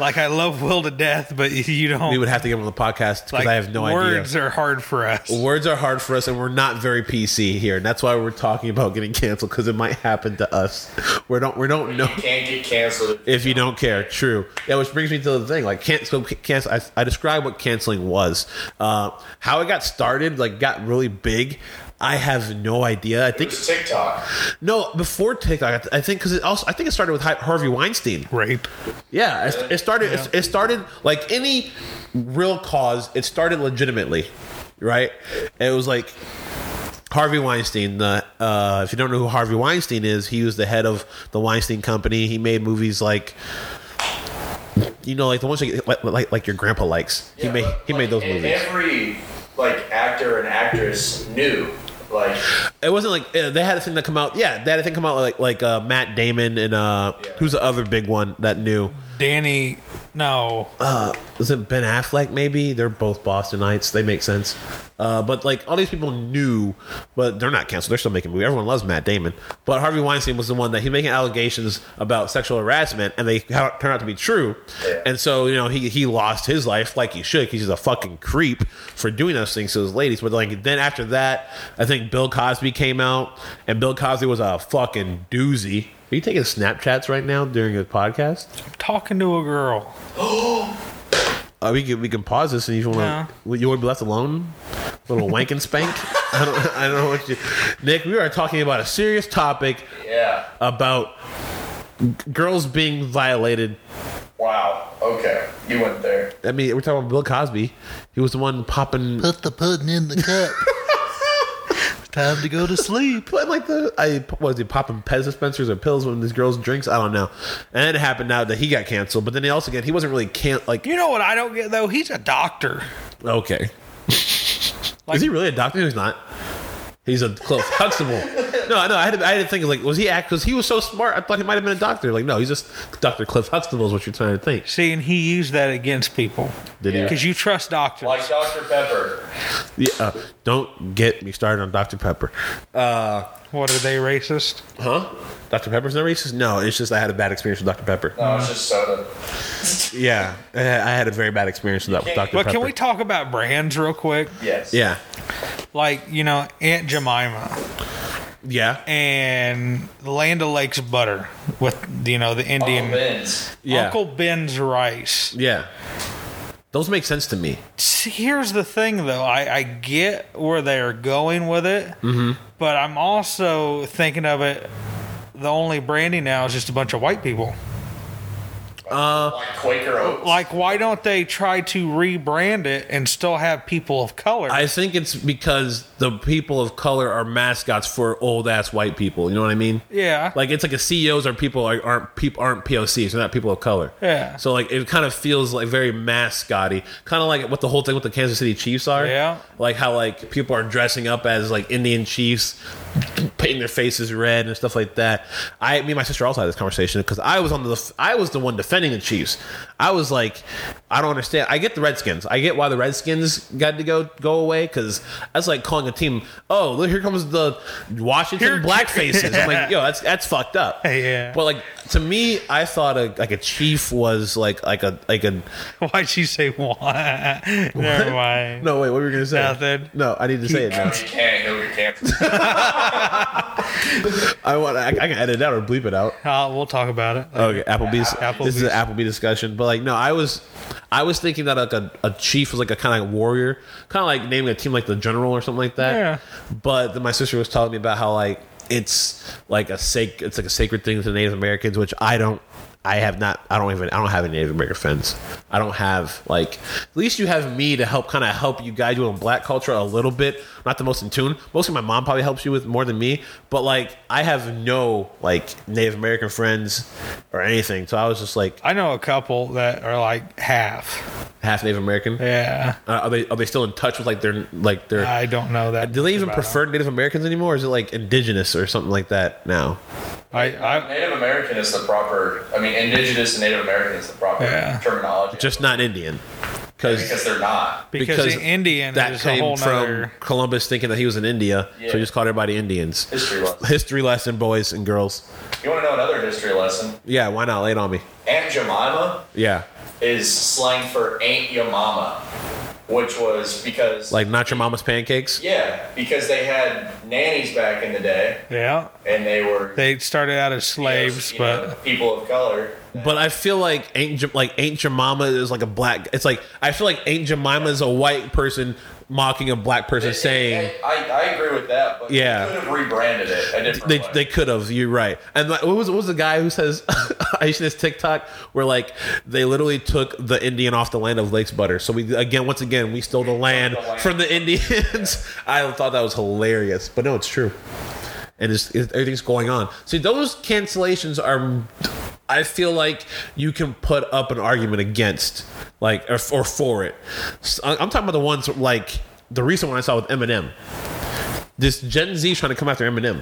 Speaker 2: like I love Will to death, but you don't.
Speaker 1: we would have to get him on the podcast because
Speaker 2: like,
Speaker 1: I have no
Speaker 2: words
Speaker 1: idea.
Speaker 2: are hard for us.
Speaker 1: Words are hard for us, and we're not very PC here, and that's why we're talking about getting canceled because it might happen to us. We don't, we don't know
Speaker 3: You can't get canceled.
Speaker 1: if you don't care. True. Yeah, which brings me to the thing like cancel. Cancel. I, I described what canceling was. Uh, how it got started, like got really big. I have no idea. I think
Speaker 3: It's TikTok.
Speaker 1: no before TikTok. I think because it also I think it started with Hy- Harvey Weinstein.
Speaker 2: Rape.
Speaker 1: Yeah, it, it started. It, it started like any real cause. It started legitimately, right? And it was like Harvey Weinstein. The uh, if you don't know who Harvey Weinstein is, he was the head of the Weinstein Company. He made movies like. You know, like the ones like like, like, like your grandpa likes. he
Speaker 3: Yeah,
Speaker 1: made
Speaker 3: but,
Speaker 1: he
Speaker 3: like,
Speaker 1: made those
Speaker 3: e-
Speaker 1: movies.
Speaker 3: Every like actor and actress knew. Like
Speaker 1: It wasn't like uh, they had a thing that come out. Yeah, they had a thing come out like like uh, Matt Damon and uh,
Speaker 3: Yeah.
Speaker 1: who's the other big one that knew?
Speaker 2: Danny. No.
Speaker 1: uh was it Ben Affleck maybe? They're both Bostonites. They make sense. Uh, but like all these people knew, but they're not canceled. They're still making movies. Everyone loves Matt Damon, but Harvey Weinstein was the one that he making allegations about sexual harassment, and they ha- turned out to be true.
Speaker 3: Yeah.
Speaker 1: And so you know he he lost his life like he should. 'cause He's a fucking creep for doing those things to his ladies. But like then after that, I think Bill Cosby came out, and Bill Cosby was a fucking doozy. Are you taking Snapchats right now during a podcast?
Speaker 2: I'm talking to a girl.
Speaker 1: Uh, we can we can pause this and if you want to you want to be left alone, little wank and spank. I don't I don't know what you, Nick. We are talking about a serious topic
Speaker 3: yeah.
Speaker 1: about g- girls being violated.
Speaker 3: Wow. Okay. You went there.
Speaker 1: I mean, we're talking about Bill Cosby. He was the one popping.
Speaker 4: Put the pudding in the cup. Time to go to sleep.
Speaker 1: But like the I what was he popping Pez dispensers or pills when these girls drinks I don't know, and it happened now that he got canceled. But then he also again he wasn't really can like
Speaker 2: You know what I don't get though? He's a doctor.
Speaker 1: okay. Is he really a doctor? No, He's not. He's a close Huxtable. No, I know. I had to, I had to think like, was he act? Because he was so smart, I thought he might have been a doctor. Like, no, he's just Doctor Cliff Huxtable is what you're trying to think.
Speaker 2: See, and he used that against people
Speaker 1: Did
Speaker 3: Yeah.
Speaker 2: because you trust doctors.
Speaker 3: Like Dr. Pepper.
Speaker 1: he? Yeah. uh, don't get me started on Dr Pepper.
Speaker 2: what are they racist?
Speaker 1: Huh? Dr Pepper's not racist. No, it's just I had a bad experience with Dr Pepper.
Speaker 2: Oh.
Speaker 3: No, it's just soda.
Speaker 1: Yeah, I I had a very bad experience with Dr
Speaker 3: can't-
Speaker 1: Pepper.
Speaker 2: But can we talk about brands real quick?
Speaker 3: Yes.
Speaker 1: yeah.
Speaker 2: Like you know Aunt Jemima
Speaker 1: Yeah.
Speaker 2: and Land O'Lakes butter with you know the Indian
Speaker 3: Uncle Ben's.
Speaker 1: Yeah.
Speaker 2: Uncle Ben's rice.
Speaker 1: Yeah. Those make sense to me.
Speaker 2: See, Here's the thing, though. I, I get where they are going with it,
Speaker 1: Mm-hmm.
Speaker 2: but I'm also thinking of it. The only branding now is just a bunch of white people.
Speaker 1: Uh,
Speaker 3: like Quaker Oats.
Speaker 2: Like, why don't they try to rebrand it and still have people of color?
Speaker 1: I think it's because the people of color are mascots for old ass white people. You know what I mean?
Speaker 2: yeah,
Speaker 1: Like it's like a CEOs are people are, aren't people aren't POCs. They're not people of color.
Speaker 2: Yeah.
Speaker 1: So like it kind of feels like very mascotty, kind of like what the whole thing with the Kansas City Chiefs are.
Speaker 2: Yeah.
Speaker 1: Like how like people are dressing up as like Indian chiefs, painting their faces red and stuff like that. I me and my sister also had this conversation because I was on the I was the one defending the Chiefs. I was like, I don't understand. I get the Redskins. I get why the Redskins got to go go away because that's like calling a team. Oh, look, here comes the Washington
Speaker 2: Here-
Speaker 1: Black Faces. I'm like, yo, that's that's fucked up.
Speaker 2: Yeah.
Speaker 1: But like to me, I thought a, like a chief was like like a like a
Speaker 2: Why'd she say why? Never mind.
Speaker 1: no wait. What were you gonna say?
Speaker 2: Nothing.
Speaker 1: No, I need to say it
Speaker 3: No,
Speaker 1: now.
Speaker 3: you can't. He'll get canceled.
Speaker 1: I want. I, I can edit it out or bleep it out.
Speaker 2: Uh, we'll talk about it.
Speaker 1: Okay, Applebee's.
Speaker 2: Applebee's.
Speaker 1: This is an Applebee discussion, but like, no, I was, I was thinking that like a, a chief was like a kind of like warrior, kind of like naming a team like the general or something like that.
Speaker 2: Yeah.
Speaker 1: But then my sister was telling me about how like it's like a sac, it's like a sacred thing to Native Americans, which I don't. I have not. I don't even. I don't have any Native American friends. I don't have like. At least you have me to help, kind of help you guide you in Black culture a little bit. Not the most in tune. Mostly my mom probably helps you with more than me. But like, I have no like Native American friends or anything. So I was just like
Speaker 2: I know a couple that are like half.
Speaker 1: half Native American.
Speaker 2: Yeah.
Speaker 1: Uh, are they are they still in touch with like their like their?
Speaker 2: I don't know that.
Speaker 1: do they even
Speaker 2: about
Speaker 1: prefer Native Americans anymore? Or is it like indigenous or something like that now?
Speaker 2: them. I, I,
Speaker 3: Native American is the proper. I mean, Indigenous and Native American is the proper
Speaker 2: Yeah.
Speaker 3: terminology.
Speaker 1: Just not Indian, because.
Speaker 3: because they're not.
Speaker 2: because, the Indian
Speaker 1: that
Speaker 2: is a
Speaker 1: came
Speaker 2: whole
Speaker 1: from
Speaker 2: nother.
Speaker 1: Columbus thinking that he was in India,
Speaker 3: Yeah.
Speaker 1: so he just called everybody Indians.
Speaker 3: History lesson.
Speaker 1: History lesson, boys and girls.
Speaker 3: You want to know another history lesson?
Speaker 1: Yeah, why not? Lay it on me.
Speaker 3: Aunt Jemima
Speaker 1: Yeah,
Speaker 3: is slang for Aunt Your Mama, which was because
Speaker 1: like not your mama's pancakes.
Speaker 3: yeah, because they had nannies back in the day,
Speaker 2: Yeah.
Speaker 3: and they were
Speaker 2: They started out as
Speaker 3: you know,
Speaker 2: slaves,
Speaker 3: you
Speaker 2: but
Speaker 3: know, people of color.
Speaker 1: But I feel like Aunt Jem- like Aunt Jemima is like a black. It's like I feel like Aunt Jemima is a white person mocking a black person, saying
Speaker 3: I, I agree with that, but
Speaker 1: Yeah.
Speaker 3: they could have rebranded it a different
Speaker 1: they
Speaker 3: way.
Speaker 1: they could have. You're right. And like, what was what was the guy who says I see this TikTok where like they literally took the Indian off the land of Lake's butter. So we again, once again, we stole the land,
Speaker 3: land.
Speaker 1: from the Indians. I thought that was hilarious, but no, it's true. And it's, it, everything's going on. See, those cancellations are. I feel like you can put up an argument against, like, or, or for it. So, I- I'm talking about the ones like the recent one I saw with Eminem. This Gen Z trying to come after Eminem.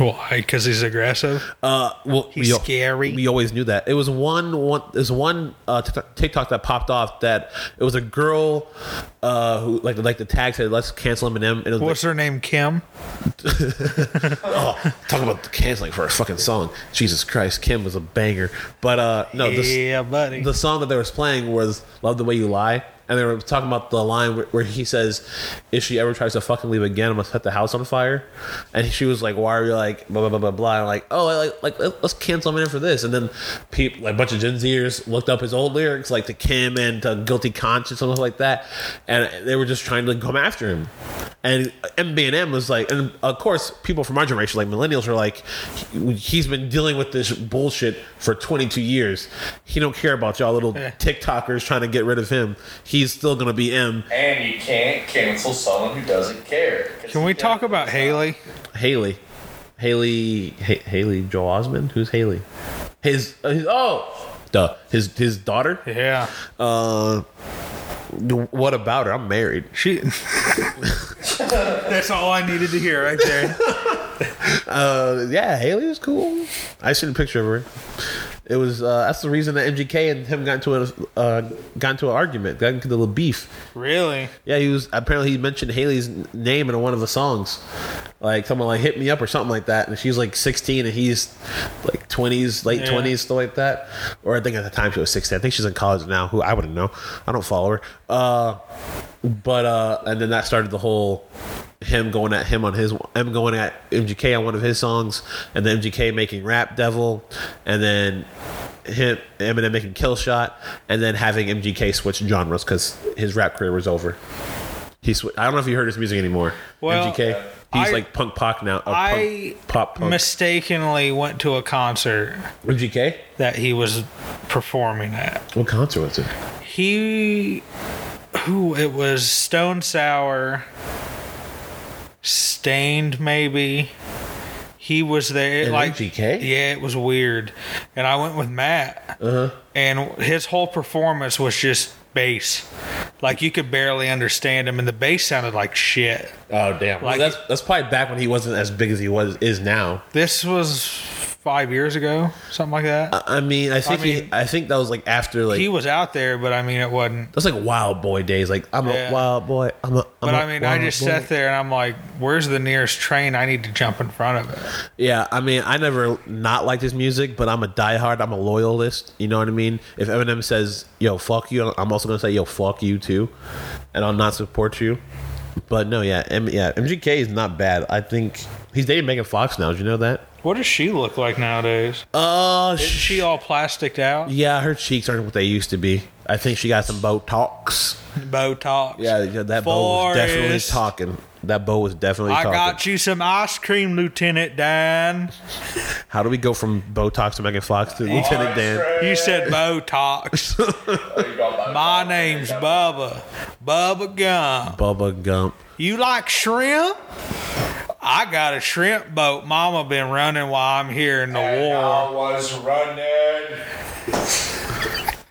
Speaker 2: why? Because he's aggressive.
Speaker 1: Uh, well,
Speaker 2: He's
Speaker 1: we al-
Speaker 2: scary.
Speaker 1: We always knew that. It was one one. There's one uh, TikTok- TikTok that popped off that it was a girl uh, who like like the tag said, "Let's cancel Eminem." And it was
Speaker 2: What's her name? Kim.
Speaker 1: like, talk about canceling for a fucking song. Jesus Christ, Kim was a banger. But uh, no, this,
Speaker 2: yeah, buddy.
Speaker 1: the song that they was playing was "Love the Way You Lie," and they were talking about the line where, where he says, "If she ever tries to fucking leave again, I'm gonna set the house on fire." And she was like, "Why are you like blah blah blah blah blah?" And I'm like, "Oh, I like like let- let's cancel him in for this." And then people, like a bunch of Gen Zers, looked up his old lyrics, like to Kim and to Guilty Conscience, something like that, and they were just trying to come after him. And MBNM was like, and of course, people from our generation, like millennials, were like, "He- he's been dealing with this bullshit for 22 years. He don't care about y'all little TikTokers trying to get rid of him. He's still gonna be M.
Speaker 3: and you can't cancel someone who doesn't care. 'cause
Speaker 2: Can we
Speaker 3: you
Speaker 2: talk
Speaker 3: can't-
Speaker 2: about Haley?
Speaker 1: Haley, Haley, ha- Haley Joel Osmond. Who's Haley? His, uh, his oh, duh. His his daughter.
Speaker 2: Yeah.
Speaker 1: Uh, what about her? I'm married.
Speaker 2: She. That's all I needed to hear right there.
Speaker 1: Uh, yeah, Haley is cool. I seen a picture of her. It was uh, that's the reason that MGK and him got into a uh, got into an argument, got into a little beef.
Speaker 2: Really?
Speaker 1: Yeah, he was apparently he mentioned Haley's n- name in one of the songs, like someone like hit me up or something like that, and she's like 16 and he's like 20s, late
Speaker 2: Yeah.
Speaker 1: 20s, stuff like that. Or I think at the time she was 16. I think she's in college now. Who I wouldn't know. I don't follow her. Uh, but uh, and then that started the whole him going at him on his him going at MGK on one of his songs, and then MGK making Rap Devil, and then him Eminem making Kill Shot, and then having MGK switch genres because his rap career was over. He sw- I don't know if you heard his music anymore.
Speaker 2: Well, uh,
Speaker 1: MGK, he's
Speaker 2: I-
Speaker 1: like punk pop now. Uh,
Speaker 2: I
Speaker 1: punk, pop punk.
Speaker 2: mistakenly went to a concert
Speaker 1: MGK.
Speaker 2: that he was performing at.
Speaker 1: What concert was it?
Speaker 2: He. Who? It was Stone Sour. Stained, maybe. He was there.
Speaker 1: And
Speaker 2: like
Speaker 1: MGK?
Speaker 2: Yeah, it was weird. And I went with Matt.
Speaker 1: Uh-huh.
Speaker 2: And his whole performance was just bass. Like you could barely understand him, and the bass sounded like shit.
Speaker 1: Oh damn! Well,
Speaker 2: Like-
Speaker 1: that's that's probably back when he wasn't as big as he was is now.
Speaker 2: This was five years ago, something like that.
Speaker 1: I mean, I think he,
Speaker 2: mean-
Speaker 1: I think that was like after like
Speaker 2: he was out there, but I mean, it wasn't.
Speaker 1: that's like wild boy days. Like I'm
Speaker 2: Yeah.
Speaker 1: a wild boy. I'm a. I'm
Speaker 2: But
Speaker 1: a
Speaker 2: I mean, I
Speaker 1: wild
Speaker 2: just
Speaker 1: boy.
Speaker 2: sat there and I'm like, "Where's the nearest train? I need to jump in front of it."
Speaker 1: Yeah, I mean, I never not liked his music, but I'm a diehard. I'm a loyalist. You know what I mean? If Eminem says "Yo, fuck you," I'm also gonna say "Yo, fuck you" too, and I'll not support you. But no, yeah, M- yeah, MGK is not bad. I think he's dating Megan Fox now. Did you know that?
Speaker 2: What does she look like nowadays?
Speaker 1: Oh,
Speaker 2: Is
Speaker 1: sh-
Speaker 2: she all plasticed out,
Speaker 1: yeah, her cheeks aren't what they used to be. I think she got some Botox.
Speaker 2: Botox?
Speaker 1: Yeah, yeah that bow was definitely
Speaker 2: Forrest.
Speaker 1: talking. That bow was definitely
Speaker 2: I
Speaker 1: talking.
Speaker 2: got you some ice cream, Lieutenant Dan.
Speaker 1: How do we go from Botox to Megan Fox to Lieutenant Dan?
Speaker 2: You said Botox.
Speaker 3: There you go, bud.
Speaker 2: My name's Bubba. Bubba Gum.
Speaker 1: Bubba Gump.
Speaker 2: You like shrimp? I got a shrimp boat. Mama been running while I'm here in the
Speaker 3: And
Speaker 2: war.
Speaker 3: I was running.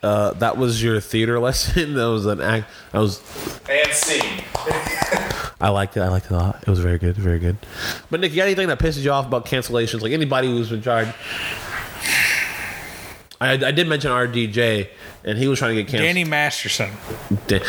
Speaker 1: Uh, that was your theater lesson. That was an act. I was.
Speaker 3: And scene.
Speaker 1: I liked it. I liked it a lot. It was very good. Very good. But Nick, you got anything that pisses you off about cancellations? Like anybody who's been charged. I, I did mention RDJ, and he was trying to get canceled.
Speaker 2: Danny Masterson.
Speaker 1: Di-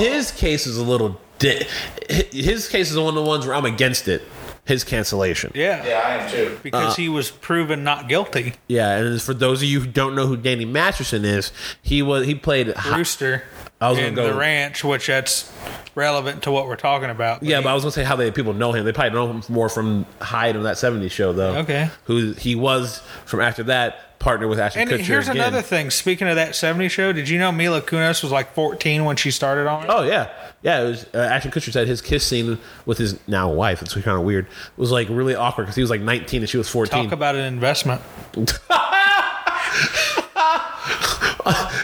Speaker 1: his case is a little. Di- hi- his case is one of the ones where I'm against it. His cancellation.
Speaker 2: Yeah.
Speaker 3: Yeah, I am too.
Speaker 2: Because he was proven not guilty.
Speaker 1: Yeah, and for those of you who don't know who Danny Masterson is, he was he played. Ho-
Speaker 2: Rooster
Speaker 1: I was gonna
Speaker 2: in
Speaker 1: go-
Speaker 2: the ranch, which that's relevant to what we're talking about.
Speaker 1: Yeah, but I was gonna say how they people know him. They probably know him more from Hyde on that '70s show, though.
Speaker 2: Okay.
Speaker 1: who he was from after that partner with Ashton
Speaker 2: and
Speaker 1: Kutcher.
Speaker 2: here's
Speaker 1: again.
Speaker 2: another thing. Speaking of that 70 show, did you know Mila Kunis was like 14 when she started on it?
Speaker 1: Oh yeah, yeah. It was uh, Ashton Kutcher said his kiss scene with his now wife. It's kind of weird. was like really awkward because he was like 19 and she was 14.
Speaker 2: Talk about an investment.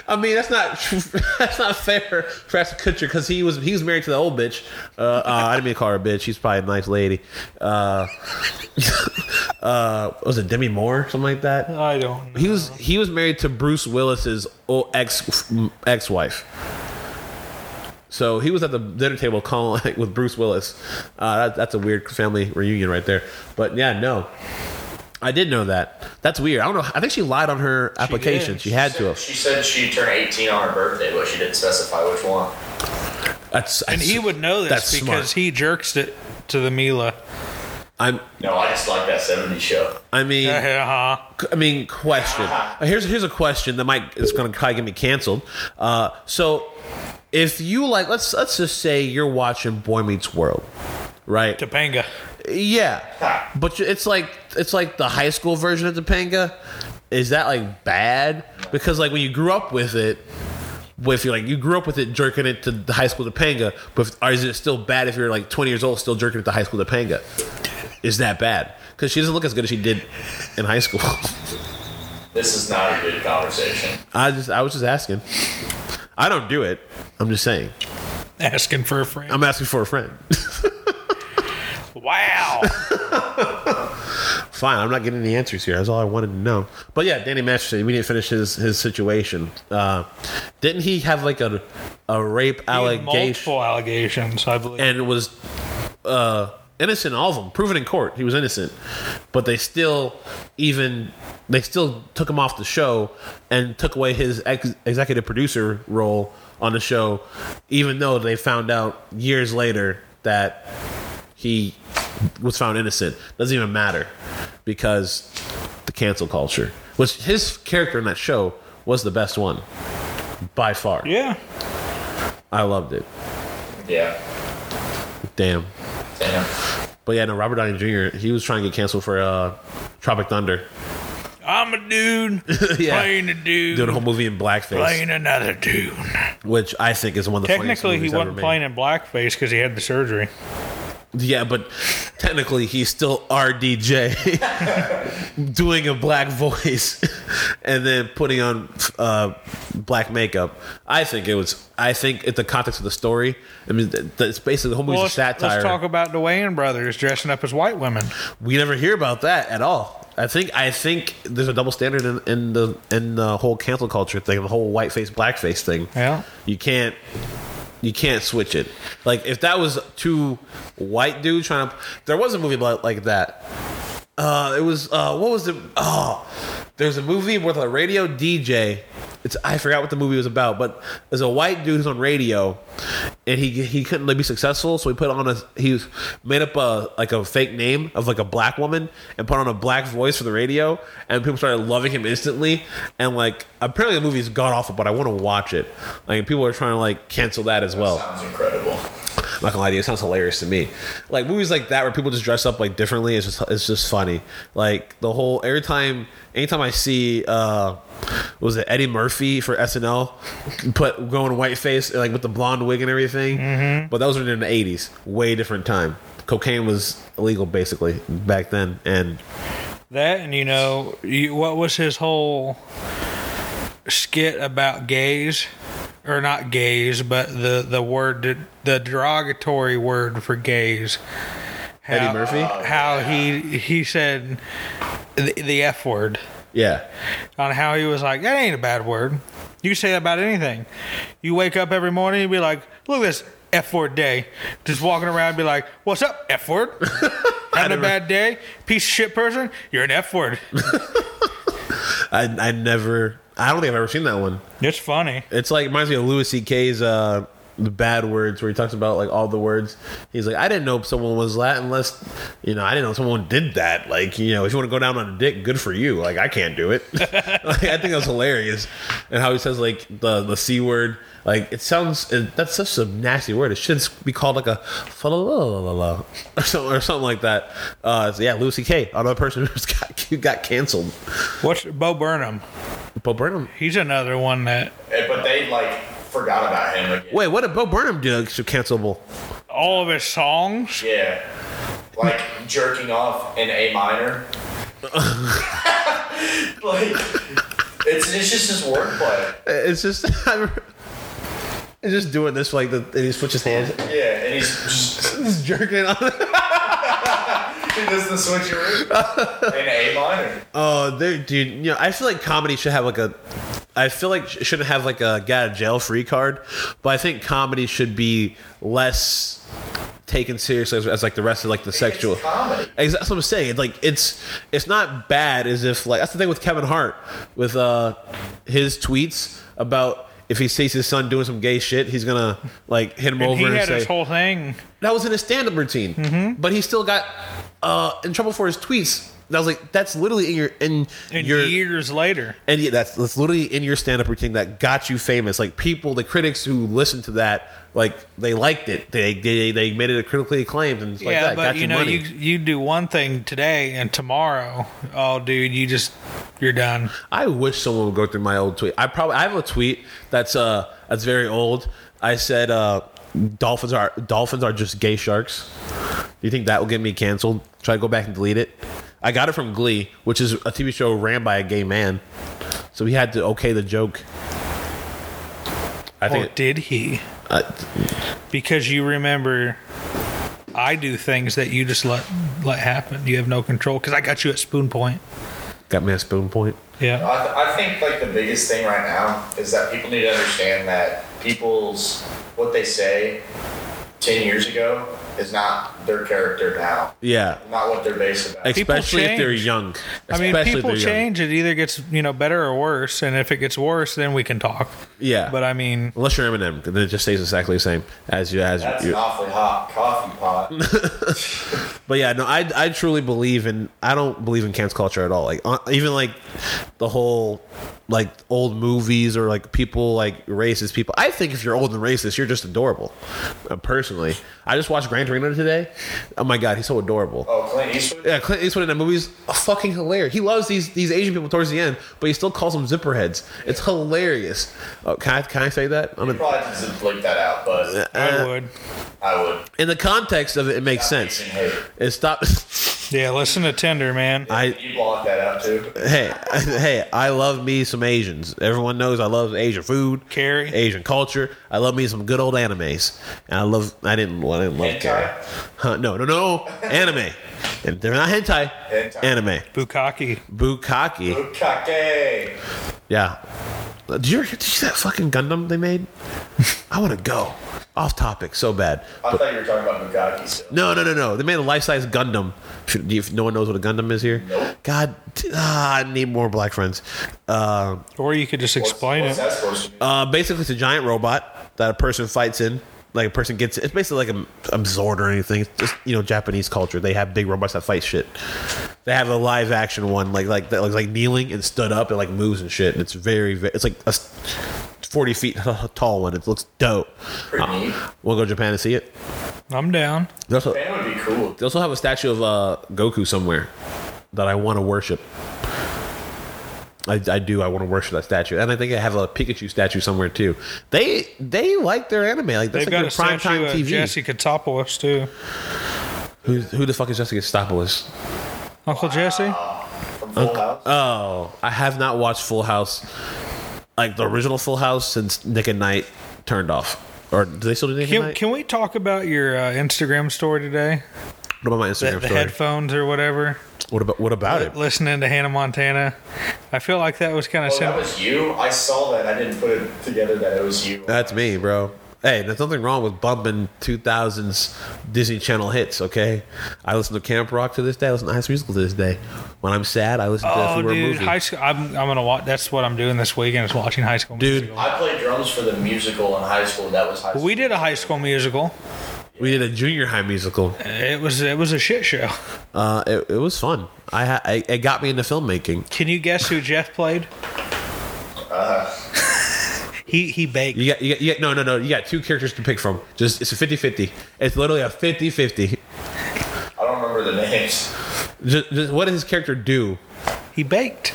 Speaker 1: I mean, that's not that's not fair for Ashton Kutcher because he was he was married to the old bitch. Uh, uh, I didn't mean to call her a bitch. She's probably a nice lady. Uh, uh, was it Demi Moore, something like that?
Speaker 2: I don't know.
Speaker 1: He was he was married to Bruce Willis's old ex ex wife. So he was at the dinner table calling with Bruce Willis. Uh, that, that's a weird family reunion right there. But yeah, no, I did know that. That's weird. I don't know. I think she lied on her application.
Speaker 2: did.
Speaker 1: She, had to have.
Speaker 3: She said she'd turn 18 on her birthday, but she didn't specify which one.
Speaker 1: That's,
Speaker 2: And he would know this
Speaker 1: That's
Speaker 2: because
Speaker 1: smart.
Speaker 2: he jerks it to the Mila.
Speaker 1: I'm.
Speaker 3: No, I just like that 70s show.
Speaker 1: I mean.
Speaker 2: Uh-huh.
Speaker 1: I mean, question. Uh, Here's here's a question that might is going to probably get me canceled. Uh, so, if you like, let's let's just say you're watching Boy Meets World, right?
Speaker 2: Topanga.
Speaker 1: Yeah, but you- it's like it's like the high school version of Topanga. Is that like bad? Because like when you grew up with it, if you like you grew up with it jerking it to the high school Topanga, but if, or is it still bad if you're like 20 years old still jerking it to high school Topanga? Is that bad? Because she doesn't look as good as she did in high school.
Speaker 3: This is not a good conversation.
Speaker 1: I just I was just asking. I don't do it. I'm just saying.
Speaker 2: Asking for a friend.
Speaker 1: I'm asking for a friend.
Speaker 2: wow.
Speaker 1: Fine, I'm not getting the answers here. That's all I wanted to know. But yeah, Danny Masterson, we didn't finish his, his situation. Uh, didn't he have like a a rape allegation
Speaker 2: Multiple allegations, I believe.
Speaker 1: and was uh, innocent of all of them, proven in court he was innocent. But they still even they still took him off the show and took away his ex- executive producer role on the show, even though they found out years later that he was found innocent. Doesn't even matter because the cancel culture, which his character in that show was the best one by far.
Speaker 2: yeah.
Speaker 1: I loved it.
Speaker 3: Yeah.
Speaker 1: Damn.
Speaker 3: Damn.
Speaker 1: But yeah, no, Robert Downey Jr. He was trying to get canceled for uh, Tropic Thunder,
Speaker 2: I'm a dude
Speaker 1: Yeah.
Speaker 2: playing a dude
Speaker 1: doing a whole movie in blackface,
Speaker 2: playing another dude.
Speaker 1: which I think is one of the funniest
Speaker 2: Technically, he
Speaker 1: movies
Speaker 2: wasn't
Speaker 1: ever
Speaker 2: playing in blackface because he had the surgery.
Speaker 1: Made. Yeah, but technically, he's still RDJ, doing a black voice, and then putting on uh, black makeup. I think it was. I think in the context of the story, I mean, th- th- it's basically the whole movie's
Speaker 2: Well,
Speaker 1: a
Speaker 2: let's, let's
Speaker 1: satire.
Speaker 2: talk about the Wayans brothers dressing up as white women.
Speaker 1: we never hear about that at all. I think I think there's a double standard in, in the in the whole cancel culture thing, the whole whiteface blackface thing.
Speaker 2: Yeah.
Speaker 1: you can't you can't switch it. Like if that was two white dudes trying to, there was a movie about like that. Uh, it was uh, what was it? Oh, there's a movie with a radio DJ. It's I forgot what the movie was about, but there's a white dude who's on radio, and he he couldn't like, be successful, so he put on a he was- made up a like a fake name of like a black woman and put on a black voice for the radio, and people started loving him instantly. And like apparently the movie's god awful, but I want to watch it. Like people are trying to like cancel that as well.
Speaker 3: Sounds incredible.
Speaker 1: I'm not gonna lie to you, it sounds hilarious to me. Like movies like that where people just dress up like differently is just it's just funny. Like the whole every time anytime I see uh what was it Eddie Murphy for SNL put going whiteface like with the blonde wig and everything. But those were in the eighties. Way different time. Cocaine was illegal basically back then and
Speaker 2: That and you know you, what was his whole skit about gays, or not gays, but the the word the derogatory word for gays. How,
Speaker 1: Eddie Murphy?
Speaker 2: How he he said the, the f word
Speaker 1: yeah.
Speaker 2: on how he was like that ain't a bad word. You say that about anything. You wake up every morning and be like, look at this f word day. Just walking around and be like, what's up f word? Having a bad day? Piece of shit person? You're an f word.
Speaker 1: I I never I don't think I've ever seen that one.
Speaker 2: It's funny.
Speaker 1: It's like reminds me of Louis C.K.'s uh, the bad words, where he talks about like all the words. He's like, I didn't know someone was that unless you know I didn't know someone did that. Like you know, if you want to go down on a dick, good for you. Like I can't do it. like, I think that's hilarious, and how he says like the the c word. Like it sounds it, that's such a nasty word. It should be called like a fa-la-la-la-la-la or something or something like that. Uh, so yeah, Louis C.K. Another person who's got who got canceled.
Speaker 2: What's Bo Burnham?
Speaker 1: Bo Burnham.
Speaker 2: He's another one that
Speaker 3: Eh, But they like forgot about him again.
Speaker 1: Wait, what did Bo Burnham do? that's cancelable.
Speaker 2: all of his songs.
Speaker 3: Yeah. Like jerking off in A minor. like it's it's just his wordplay.
Speaker 1: It's just I'm, it's just doing this like the and he switches hands.
Speaker 3: Yeah, and he's just
Speaker 1: He's jerking it on.
Speaker 3: he does the switcheroo in A minor.
Speaker 1: Oh, dude, dude, you know, I feel like comedy should have like a. I feel like it shouldn't have like a get out of jail free card, but I think comedy should be less taken seriously as, as like the rest of like the sexual.
Speaker 3: It's comedy.
Speaker 1: Ex- That's what I'm saying. It's like it's it's not bad as if like that's the thing with Kevin Hart with uh his tweets about if he sees his son doing some gay shit, he's gonna like hit him
Speaker 2: And
Speaker 1: over
Speaker 2: he
Speaker 1: and
Speaker 2: had
Speaker 1: say
Speaker 2: his whole thing.
Speaker 1: that was in his stand-up routine
Speaker 2: Mm-hmm.
Speaker 1: but he still got uh, in trouble for his tweets and i was like that's literally in your in
Speaker 2: And
Speaker 1: your
Speaker 2: years later,
Speaker 1: and yeah, that's that's literally in your stand-up routine that got you famous like people the critics who listened to that like they liked it they they, they made it critically acclaimed and it's like
Speaker 2: yeah.
Speaker 1: that
Speaker 2: but
Speaker 1: got you,
Speaker 2: you know,
Speaker 1: money
Speaker 2: you you do one thing today and tomorrow. Oh, dude, you just you're done.
Speaker 1: i wish someone would go through my old tweet i probably i have a tweet that's uh that's very old i said uh dolphins are dolphins are just gay sharks Do you think that will get me canceled? Should I go back and delete it? I got it from Glee, which is a TV show ran by a gay man. So he had to okay the joke. I
Speaker 2: Or
Speaker 1: think.
Speaker 2: Oh, did he?
Speaker 1: uh,
Speaker 2: Because you remember, I do things that you just let let happen. You have no control because I got you at spoon point.
Speaker 1: got me a spoon point.
Speaker 2: Yeah.
Speaker 3: I, th- I think like the biggest thing right now is that people need to understand that people's what they say ten years ago is not their character now,
Speaker 1: Yeah.
Speaker 3: not what they're based about.
Speaker 2: People
Speaker 1: Especially if they're
Speaker 2: change.
Speaker 1: young.
Speaker 2: I
Speaker 1: Especially
Speaker 2: mean,
Speaker 1: if
Speaker 2: people
Speaker 1: they're young.
Speaker 2: change. It either gets you know better or worse, and if it gets worse, then we can talk.
Speaker 1: Yeah.
Speaker 2: But I mean,
Speaker 1: Unless you're Eminem, then it just stays exactly the same as you as
Speaker 3: That's
Speaker 1: you.
Speaker 3: an awfully hot coffee pot.
Speaker 1: But yeah, no, I I truly believe in I don't believe in cancel culture at all. Like uh, even like the whole like old movies or like people like racist people. I think if you're old and racist, you're just adorable. Uh, personally, I just watched Gran Torino today. Oh my god, he's so adorable.
Speaker 3: Oh, Clint Eastwood.
Speaker 1: Yeah, Clint Eastwood in that movie is fucking hilarious. He loves these these Asian people towards the end, but he still calls them zipperheads. It's hilarious. Oh, can I can I say that? I'm
Speaker 3: You
Speaker 1: a,
Speaker 3: probably just bleep that out, but
Speaker 1: Uh,
Speaker 2: I would.
Speaker 3: I would.
Speaker 1: in the context of it, it makes sense.
Speaker 3: Asian hate.
Speaker 1: It stop.
Speaker 2: Yeah, listen to Tinder, man.
Speaker 1: I
Speaker 3: You block that out too.
Speaker 1: hey, hey, I love me some Asians. Everyone knows I love Asian food,
Speaker 2: Carrie.
Speaker 1: Asian culture. I love me some good old animes, and I love. I didn't. Well, I didn't love
Speaker 3: Hentai?
Speaker 1: Carrie. Huh, no, no, no, anime. And they're not hentai.
Speaker 3: Hentai.
Speaker 1: Anime.
Speaker 2: Bukaki.
Speaker 1: Bukaki.
Speaker 3: Bukake.
Speaker 1: Yeah. Did you ever did you see that fucking Gundam they made? I want to go. off topic so bad.
Speaker 3: I thought you were talking about Bugatti still.
Speaker 1: No, no, no, no. They made a life-size Gundam. Should- do you- If no one knows what a Gundam is here, God, t- ah, I need more black friends. Uh,
Speaker 2: Or you could just
Speaker 3: What's,
Speaker 2: explain
Speaker 3: what's
Speaker 2: it.
Speaker 3: that supposed to mean?
Speaker 1: uh, basically, it's a giant robot that a person fights in. Like a person gets, it's basically like a, a Zord or anything. It's just you know Japanese culture. They have big robots that fight shit. They have a live action one like like that looks like kneeling and stood up and like moves and shit. And it's very, ve- it's like a s- forty feet tall one. It looks dope.
Speaker 3: Pretty neat.
Speaker 1: We'll go to Japan and see it.
Speaker 2: I'm down.
Speaker 1: They also,
Speaker 3: Fan would be cool.
Speaker 1: they also have a statue of uh, Goku somewhere that I want to worship. I, I do. I want to worship that statue, and I think I have a Pikachu statue somewhere too. They they like their anime. Like that's
Speaker 2: They've
Speaker 1: like
Speaker 2: got
Speaker 1: their
Speaker 2: a
Speaker 1: prime time
Speaker 2: statue of
Speaker 1: TV.
Speaker 2: Jessica Topoulos too.
Speaker 1: Who's, who the fuck is Jessica Stopoulos?
Speaker 2: Uncle Jesse.
Speaker 3: From Full House.
Speaker 1: Oh, I have not watched Full House, like the original Full House, since Nick and Night turned off. Or do they still do Nick and
Speaker 2: Can,
Speaker 1: Night?
Speaker 2: can we talk about your uh, Instagram story today?
Speaker 1: what about my
Speaker 2: The,
Speaker 1: Instagram
Speaker 2: the
Speaker 1: story?
Speaker 2: headphones or whatever.
Speaker 1: What about what about it?
Speaker 2: Listening to Hannah Montana. I feel like that was kind of
Speaker 3: oh,
Speaker 2: similar.
Speaker 3: that was you? I saw that. I didn't put it together that it was you.
Speaker 1: That's me, bro. Hey, there's nothing wrong with bumping 2000s Disney Channel hits, okay? I listen to Camp Rock to this day. I listen to High School Musical to this day. When I'm sad, I listen to
Speaker 2: Oh,
Speaker 1: If We Were a
Speaker 2: dude,
Speaker 1: Movie.
Speaker 2: high school. I'm, I'm gonna watch. That's what I'm doing this weekend. Is watching High School.
Speaker 1: dude,
Speaker 2: Musical.
Speaker 3: I played drums for the musical in high school. That was high school.
Speaker 2: we did a High School Musical.
Speaker 1: we did a junior high musical.
Speaker 2: It was it was a shit show.
Speaker 1: Uh, it, it was fun. I, ha- I It got me into filmmaking.
Speaker 2: Can you guess who Jeff played?
Speaker 1: Uh-huh.
Speaker 2: he he baked.
Speaker 1: You got, you got, you got, no, no, no. You got two characters to pick from. Just It's a 50 50. It's literally a 50 50.
Speaker 3: I don't remember the names.
Speaker 1: Just, just what does his character do?
Speaker 2: He baked.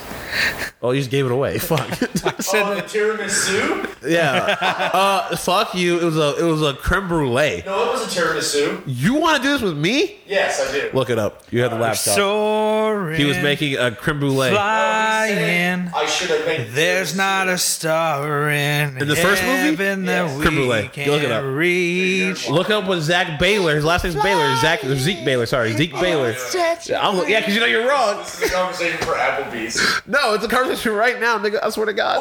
Speaker 1: Oh, you just gave it away. Fuck.
Speaker 2: Said
Speaker 3: oh, the tiramisu?
Speaker 1: yeah. Uh, fuck you. It was a it was a creme brulee.
Speaker 3: No, it was a tiramisu.
Speaker 1: You want to do this with me?
Speaker 3: Yes, I do.
Speaker 1: Look it up. You have the laptop.
Speaker 2: soaring.
Speaker 1: he was making a creme brulee.
Speaker 2: flying.
Speaker 3: I should have made.
Speaker 2: There's not a star in,
Speaker 1: In the first movie?
Speaker 2: heaven that
Speaker 3: Yes.
Speaker 2: we
Speaker 1: Creme brulee.
Speaker 2: can
Speaker 1: Look it up.
Speaker 2: reach.
Speaker 1: Look up what Zach Baylor. His last name's Baylor. Zach Zeke Baylor. Sorry, Zeke Baylor. I'm look- yeah, because you know you're wrong.
Speaker 3: This is a conversation for Applebee's.
Speaker 1: No, it's a conversation right now, nigga. I swear to God,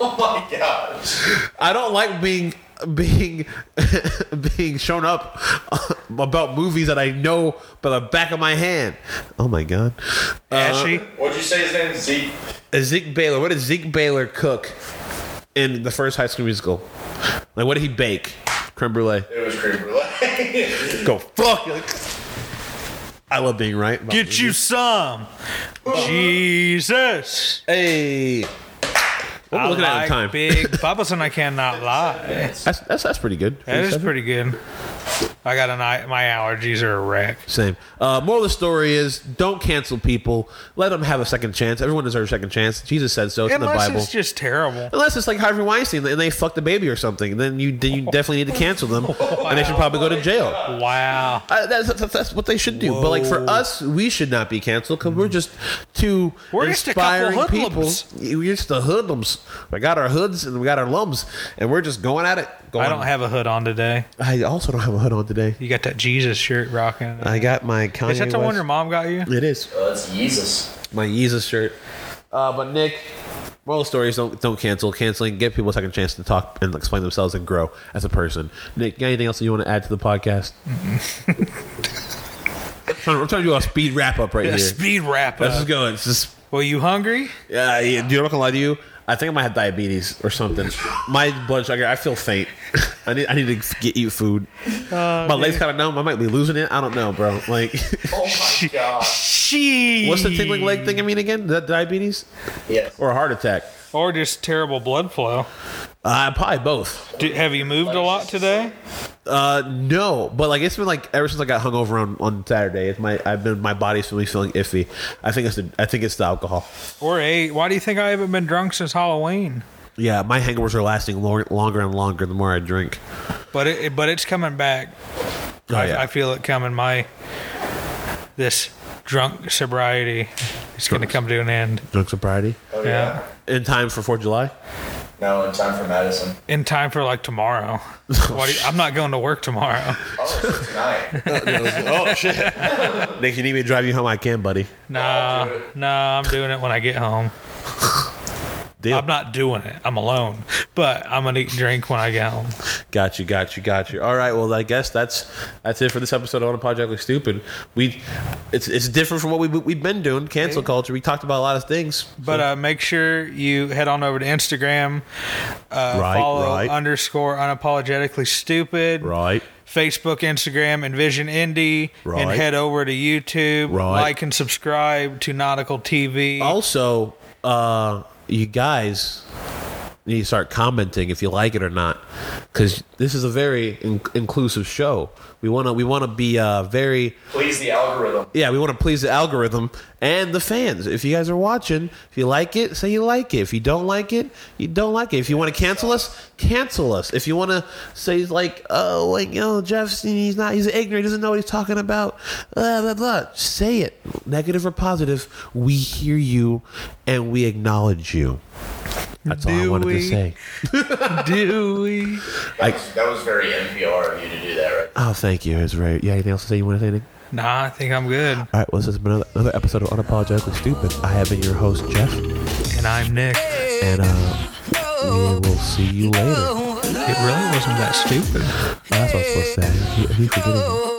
Speaker 3: Oh my gosh.
Speaker 1: I don't like being being being shown up about movies that I know by the back of my hand. Oh my God, Uh-huh.
Speaker 2: Ashy.
Speaker 3: What'd you say his name is? Zeke?
Speaker 1: Zeke Baylor. What did Zeke Baylor cook in the first High School Musical? Like, what did he bake? Creme brulee.
Speaker 3: It was cream brulee.
Speaker 1: Go fuck. you. I love being right. about
Speaker 2: Get you some. Jesus.
Speaker 1: Hey. What am I looking at
Speaker 2: I
Speaker 1: on
Speaker 2: like
Speaker 1: time?
Speaker 2: Big Bubbles and I cannot lie.
Speaker 1: That's, that's that's pretty good.
Speaker 2: That is
Speaker 1: Seven?
Speaker 2: pretty good. I got an eye. My allergies are a wreck.
Speaker 1: Same. Uh, moral of the story is: don't cancel people. Let them have a second chance. Everyone deserves a second chance. Jesus said so. It's in the
Speaker 2: Unless
Speaker 1: Bible.
Speaker 2: it's just terrible.
Speaker 1: Unless it's like Harvey Weinstein and they fucked the baby or something, then you then you definitely need to cancel them, and they should probably go to jail.
Speaker 2: Wow.
Speaker 1: Uh, that's, that's, that's what they should do. But like for
Speaker 2: Whoa.
Speaker 1: us, we should not be canceled because we're just two
Speaker 2: We're just a couple
Speaker 1: inspiring people.
Speaker 2: hoodlums.
Speaker 1: We're just the hoodlums. We got our hoods and we got our lums, and we're just going at it. Going
Speaker 2: I don't have a hood on today.
Speaker 1: I also don't have a hood on today.
Speaker 2: You got that Jesus shirt rocking.
Speaker 1: I got my Kanye.
Speaker 2: Is that the one
Speaker 1: West-
Speaker 2: your mom got you?
Speaker 1: Uh, It is
Speaker 3: Oh, that's Jesus.
Speaker 1: my Yeezus shirt. Uh, but Nick, moral stories don't don't cancel. Canceling give people a second chance to talk and explain themselves and grow as a person. Nick, you got anything else that you want to add to the podcast?
Speaker 2: Mm-hmm.
Speaker 1: I'm, trying, I'm trying to do a speed wrap up right
Speaker 2: A
Speaker 1: here.
Speaker 2: speed wrap
Speaker 1: Let's
Speaker 2: up.
Speaker 1: just go. It's just
Speaker 2: Well, you hungry?
Speaker 1: yeah, yeah. Dude, I'm not gonna lie to you. I think I might have diabetes or something. My blood sugar. I feel faint. I need. I need to get you food. My legs kind of numb. I might be losing it. I don't know, bro. Like,
Speaker 3: Oh my gosh.
Speaker 2: She.
Speaker 1: what's the tingling leg thing? I mean, again, Is that diabetes
Speaker 3: Yes.
Speaker 1: or a heart attack?
Speaker 2: Or just terrible blood flow.
Speaker 1: Uh, probably both.
Speaker 2: Do, have you moved a lot today?
Speaker 1: Uh, no, but like it's been like ever since I got hungover on on Saturday. It's my I've been my body's really feeling iffy. I think it's the I think it's the alcohol.
Speaker 2: Or eight? Why do you think I haven't been drunk since Halloween?
Speaker 1: Yeah, my hangovers are lasting lo- longer and longer the more I drink.
Speaker 2: But it, it- but it's coming back.
Speaker 1: Oh
Speaker 2: I,
Speaker 1: yeah,
Speaker 2: I feel it coming. My this drunk sobriety is going to come to an end.
Speaker 1: drunk sobriety
Speaker 3: Oh
Speaker 2: Yeah.
Speaker 3: yeah.
Speaker 1: in time for Fourth of July.
Speaker 3: No, in time for Madison.
Speaker 2: In time for like tomorrow. Why do you- I'm not going to work tomorrow.
Speaker 3: Oh, so tonight.
Speaker 1: oh shit, Nick, you need me to drive you home? I can, buddy.
Speaker 2: Nah,
Speaker 3: do it.
Speaker 2: nah, I'm doing it when I get home.
Speaker 1: Deal.
Speaker 2: I'm not doing it. I'm alone, but I'm gonna eat and drink when I get home.
Speaker 1: Got you, got you, got you. All right, well, I guess that's that's it for this episode of Unapologetically Stupid. We, it's it's different from what we we've been doing. Cancel culture. We talked about a lot of things.
Speaker 2: But uh, make sure you head on over to Instagram, uh,
Speaker 1: Right,
Speaker 2: follow
Speaker 1: right.
Speaker 2: underscore unapologetically stupid,
Speaker 1: Right.
Speaker 2: Facebook, Instagram, Envision Indie, and
Speaker 1: Right.
Speaker 2: head over to YouTube,
Speaker 1: Right. Oh,
Speaker 2: like and subscribe to Nautical TV.
Speaker 1: Also, uh, you guys need to start commenting if you like it or not, because this is a very in- inclusive show. We wanna we wanna be uh, very
Speaker 3: Please the algorithm.
Speaker 1: yeah, we want to please the algorithm and the fans. If you guys are watching, if you like it, say you like it. If you don't like it, you don't like it. If you want to cancel us, cancel us. If you want to say like, oh, like you know, Jeff's he's not, he's ignorant, he doesn't know what he's talking about, blah blah blah. Say it, negative or positive. We hear you and we acknowledge you. That's all I
Speaker 2: Do
Speaker 1: wanted to
Speaker 2: we?
Speaker 1: say.
Speaker 2: Do we?
Speaker 1: I-
Speaker 3: That was, that was very NPR of you to do that, right?
Speaker 1: Oh, thank you. It's right. Yeah, anything else to say? You want to say anything?
Speaker 2: Nah, I think I'm good.
Speaker 1: All right. Well, this has been another, another episode of Unapologetically Stupid. I have been your host, Jeff,
Speaker 2: And I'm Nick.
Speaker 1: and uh. We will see you later.
Speaker 2: It really wasn't that stupid.
Speaker 1: That's what I was supposed to say. You, you forgetting.